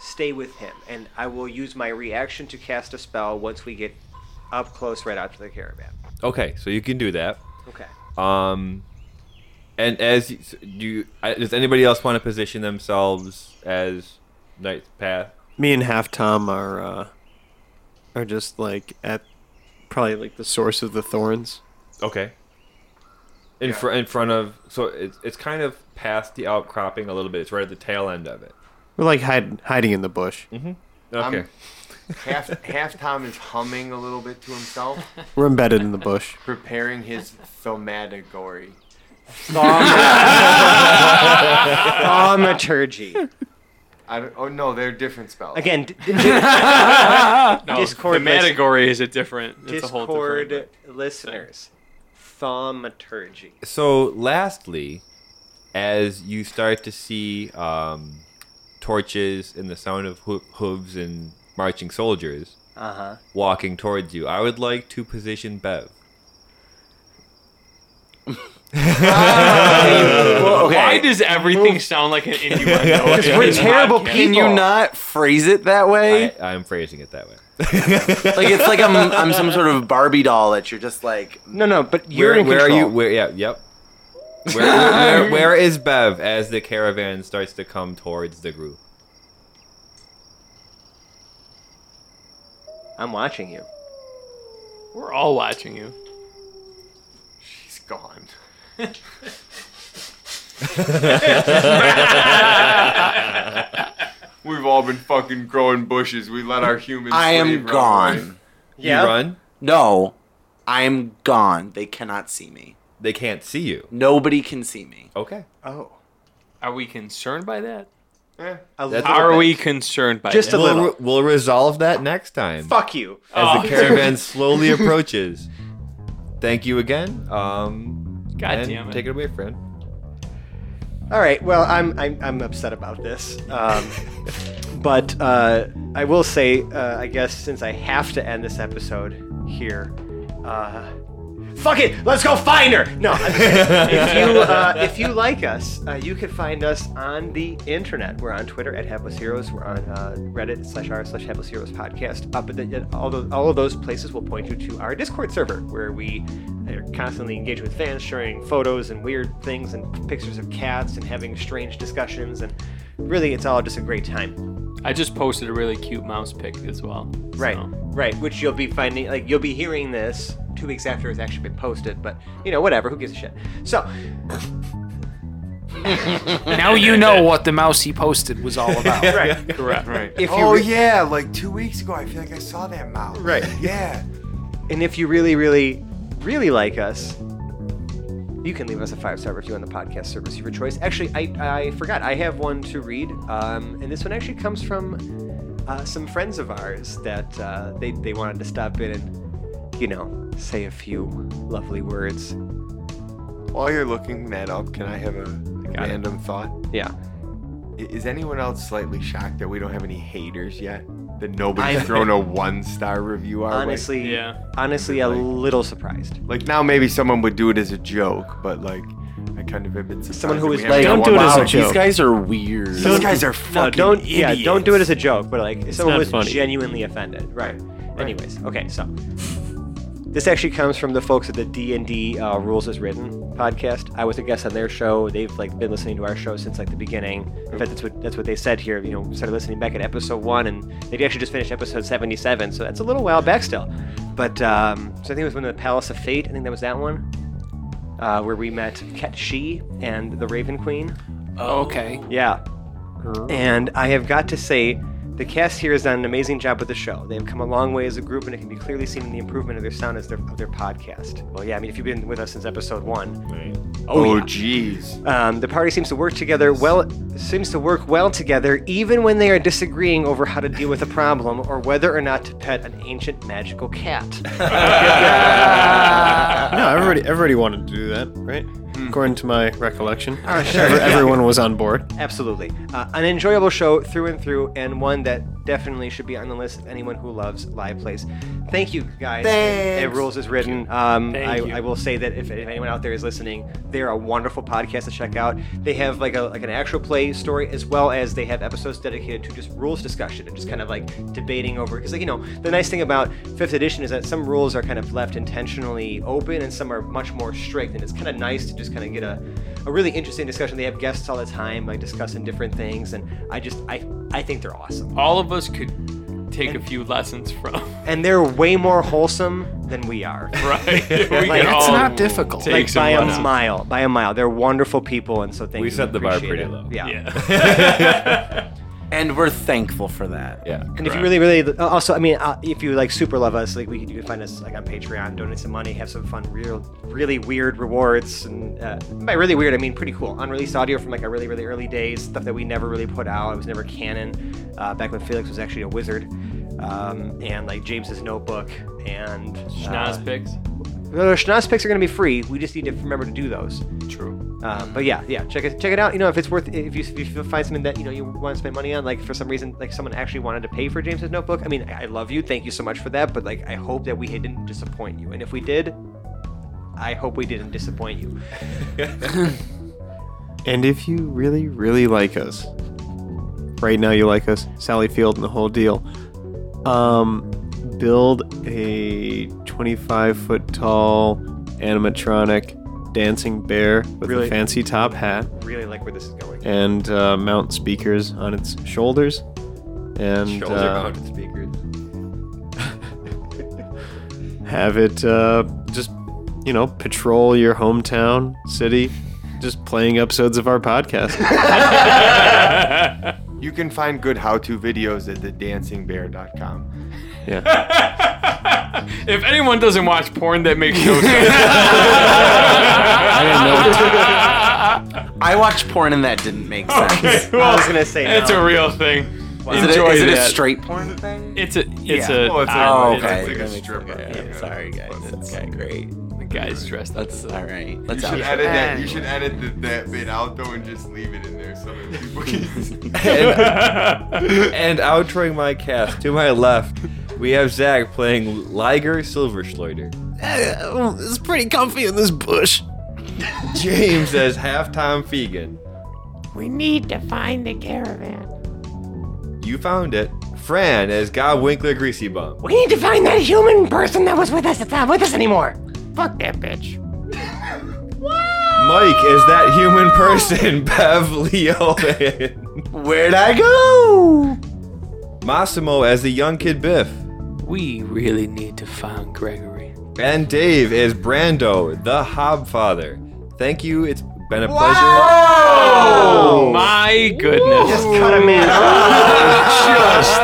stay with him, and I will use my reaction to cast a spell once we get up close right out to the caravan.
Okay, so you can do that.
Okay.
Um, and as you, so do, you, I- does anybody else want to position themselves as Knight's Path?
Me and Half Tom are uh, are just like at probably like the source of the thorns.
Okay. In, fr- in front of, so it's, it's kind of past the outcropping a little bit. It's right at the tail end of it.
We're like hide- hiding in the bush.
Mm-hmm.
Okay.
half half Tom is humming a little bit to himself,
We're embedded in the bush.
preparing his thaumagory.
Thaumaturgy.
I don't, oh no, they're different spells.
Again, d- d-
No,
Discord
the Matagorry is a different. It's a whole different.
Discord listeners, thaumaturgy.
so lastly as you start to see um, torches and the sound of hoo- hooves and marching soldiers
Uh-huh.
walking towards you i would like to position bev
Ah.
Well, okay.
Why does everything sound like an innuendo? in
we're
this
terrible
podcast?
Can you not phrase it that way?
I, i'm phrasing it that way
like it's like I'm I'm some sort of Barbie doll that you're just like
No, no, but you're
where,
in
where are
control.
you where yeah yep where, where, where is bev as the caravan starts to come towards the group
I'm watching you.
We're all watching you.
She's gone. We've all been fucking growing bushes. We let our humans.
I am gone.
Yeah.
you run
No, I am gone. They cannot see me.
they can't see you
Nobody can see me.
okay
Oh,
Are we concerned by that?
Eh.
a
That's-
little
Are
bit.
we concerned by
Just
that?
a
we'll,
little.
re- we'll resolve that next time
Fuck you. Oh.
as the caravan slowly approaches. Thank you again. Um,
God
and
damn it.
Take it away, friend.
All right. Well, I'm I'm, I'm upset about this, um, but uh, I will say, uh, I guess since I have to end this episode here, uh, fuck it, let's go find her. No, I'm just kidding. if you uh, if you like us, uh, you can find us on the internet. We're on Twitter at Hapless Heroes. We're on uh, Reddit slash r slash Hapless Heroes podcast. Up at the, at all those all of those places will point you to our Discord server where we are constantly engaging with fans, sharing photos and weird things and pictures of cats and having strange discussions and really it's all just a great time.
I just posted a really cute mouse pic as well.
Right,
so.
right. Which you'll be finding, like, you'll be hearing this two weeks after it's actually been posted. But you know, whatever. Who gives a shit? So
Now you know what the mouse he posted was all about.
right,
Correct. Right.
if you
Oh
re-
yeah, like two weeks ago, I feel like I saw that mouse.
Right.
Yeah.
and if you really, really, really like us. You can leave us a five star review on the podcast service of your choice. Actually, I, I forgot. I have one to read. Um, and this one actually comes from uh, some friends of ours that uh, they, they wanted to stop in and, you know, say a few lovely words.
While you're looking that up, can I have a random thought?
Yeah.
I- Is anyone else slightly shocked that we don't have any haters yet? That nobody's thrown a one star review our way?
Honestly,
Yeah.
honestly, a little surprised.
Like now, maybe someone would do it as a joke, but like, I kind of have been surprised
Someone who
that
was
we haven't
like-
got
Don't
one.
do it as a
Wow,
These guys are weird.
These guys are fucking
No, don't. Yeah,
idiots.
don't do it as a joke. But like, if someone
not
was
funny.
genuinely offended, right? Anyways, okay, so this actually comes from the folks at the D and D uh, Rules as Written podcast. I was a guest on their show. They've like been listening to our show since like the beginning. In fact, that's what that's what they said here. You know, started listening back at episode one, and they actually just finished episode seventy-seven. So that's a little while back still. But um, so I think it was when the Palace of Fate. I think that was that one. Uh, where we met Ket Shi and the Raven Queen.
Okay.
Yeah. And I have got to say, the cast here has done an amazing job with the show. They have come a long way as a group, and it can be clearly seen in the improvement of their sound as their, of their podcast. Well, yeah, I mean, if you've been with us since episode one,
Oh, jeez.
Um, the party seems to work together well. Seems to work well together, even when they are disagreeing over how to deal with a problem or whether or not to pet an ancient magical cat.
No, everybody everybody wanted to do that, right?
Hmm.
According to my recollection, Every- everyone was on board.
Absolutely, uh, an enjoyable show through and through, and one that definitely should be on the list of anyone who loves live plays. Thank you, guys.
Thanks.
It rules is written. Um,
Thank
I,
you.
I will say that if, if anyone out there is listening, they're a wonderful podcast to check out. They have like a like an actual play story as well as they have episodes dedicated to just rules discussion and just kind of like debating over because like you know the nice thing about fifth edition is that some rules are kind of left intentionally open and some are much more strict and it's kind of nice to just kind of get a, a really interesting discussion. They have guests all the time like discussing different things and I just I I think they're awesome
All of us could take a few lessons from.
and they're way more wholesome than we are.
Right. We could
Like,
It's
all
not difficult.
take
like
some
by a
lessons.
mile, by a mile. They're wonderful people, and so thank
We
you.
set the bar
Appreciate
pretty
it.
low.
Yeah.
And we're thankful for that.
Yeah.
And if you really, really, uh, also, I mean, uh, if you like super love us, like we can, you can find us like on Patreon, donate some money, have some fun, real, really weird rewards, and uh, by really weird, I mean pretty cool. Unreleased audio from like our really, really early days, stuff that we never really put out. It was never canon. Uh, back when Felix was actually a wizard, um, and like James's notebook and
Schnoz
uh,
picks.
The Schnoz picks are going to be free. We just need to remember to do those.
True.
Um, but yeah, yeah, check it check it out. You know, if it's worth, if you, if you find something that you know you want to spend money on, like for some reason, like someone actually wanted to pay for James's notebook. I mean, I I love you, thank you so much for that. But like, I hope that we didn't disappoint you. And if we did, I hope we didn't disappoint you.
And if you really, really like us, right now you like us, Sally Field and the whole deal, um, build a 25 foot tall animatronic dancing bear with
Really?
a fancy top hat
Really like where this is going.
and uh, mount speakers on its shoulders. And
Shoulder
uh,
mounted speakers.
have it uh, just you know patrol your hometown city just playing episodes of our podcast
You can find good how-to videos at thedancingbear.com.
yeah
If anyone doesn't watch porn, that makes no sense.
I watched porn and that didn't make sense.
Okay, well,
I was gonna say
it's
no.
a real thing.
Is, it a,
Enjoy
is it a
that.
straight porn thing?
It's a. It's
Yeah.
a.
Oh, it's a-
hour.
Oh,
It's
okay.
like a stripper.
Yeah, sorry, guys. That's okay, great.
a- Guys dressed up.
That's all right. Let's
You
out.
should edit that. You should edit the, that bit out though and just leave it in there so that people can.
And outroing my cast to my left, we have Zach playing Liger Silverschleuder.
Uh, it's pretty comfy in this bush.
James as halftime Fegan.
We need to find the caravan.
You found it. Fran as God Winkler Greasy Bum.
We need to find that human person that was with us that's not with us anymore. Fuck that bitch.
Mike is that human person, Bev Leo. and
Where'd I go?
Massimo as the young kid Biff.
We really need to find Gregory.
And Dave is Brando, the Hobfather. Thank you. It's been a pleasure.
Oh my goodness! Just cut him in. Just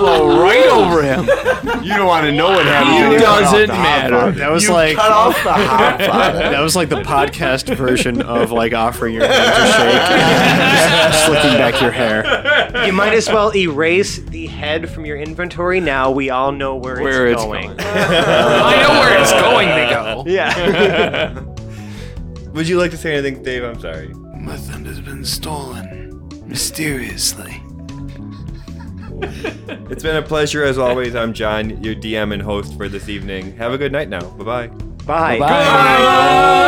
flow right over him.
You don't want to know what happened.
He
when you cut off
doesn't
the hot
matter.
part.
that was like
Cut off the hot fire.
that was like the podcast version of like offering your hand to shake just slicking back your hair
You might as well erase the head from your inventory now. We all know where,
Where
it's,
it's
going.
I know where it's going to go.
Yeah.
Would you like to say anything, Dave? I'm sorry.
My thunder's been stolen mysteriously.
It's been a pleasure as always. I'm John, your DM and host for this evening. Have a good night now. Bye bye.
Bye.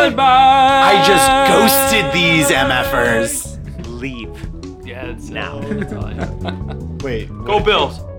Goodbye.
I just ghosted these MFers.
Leave.
Yeah, that's now.
wait
Go Bills.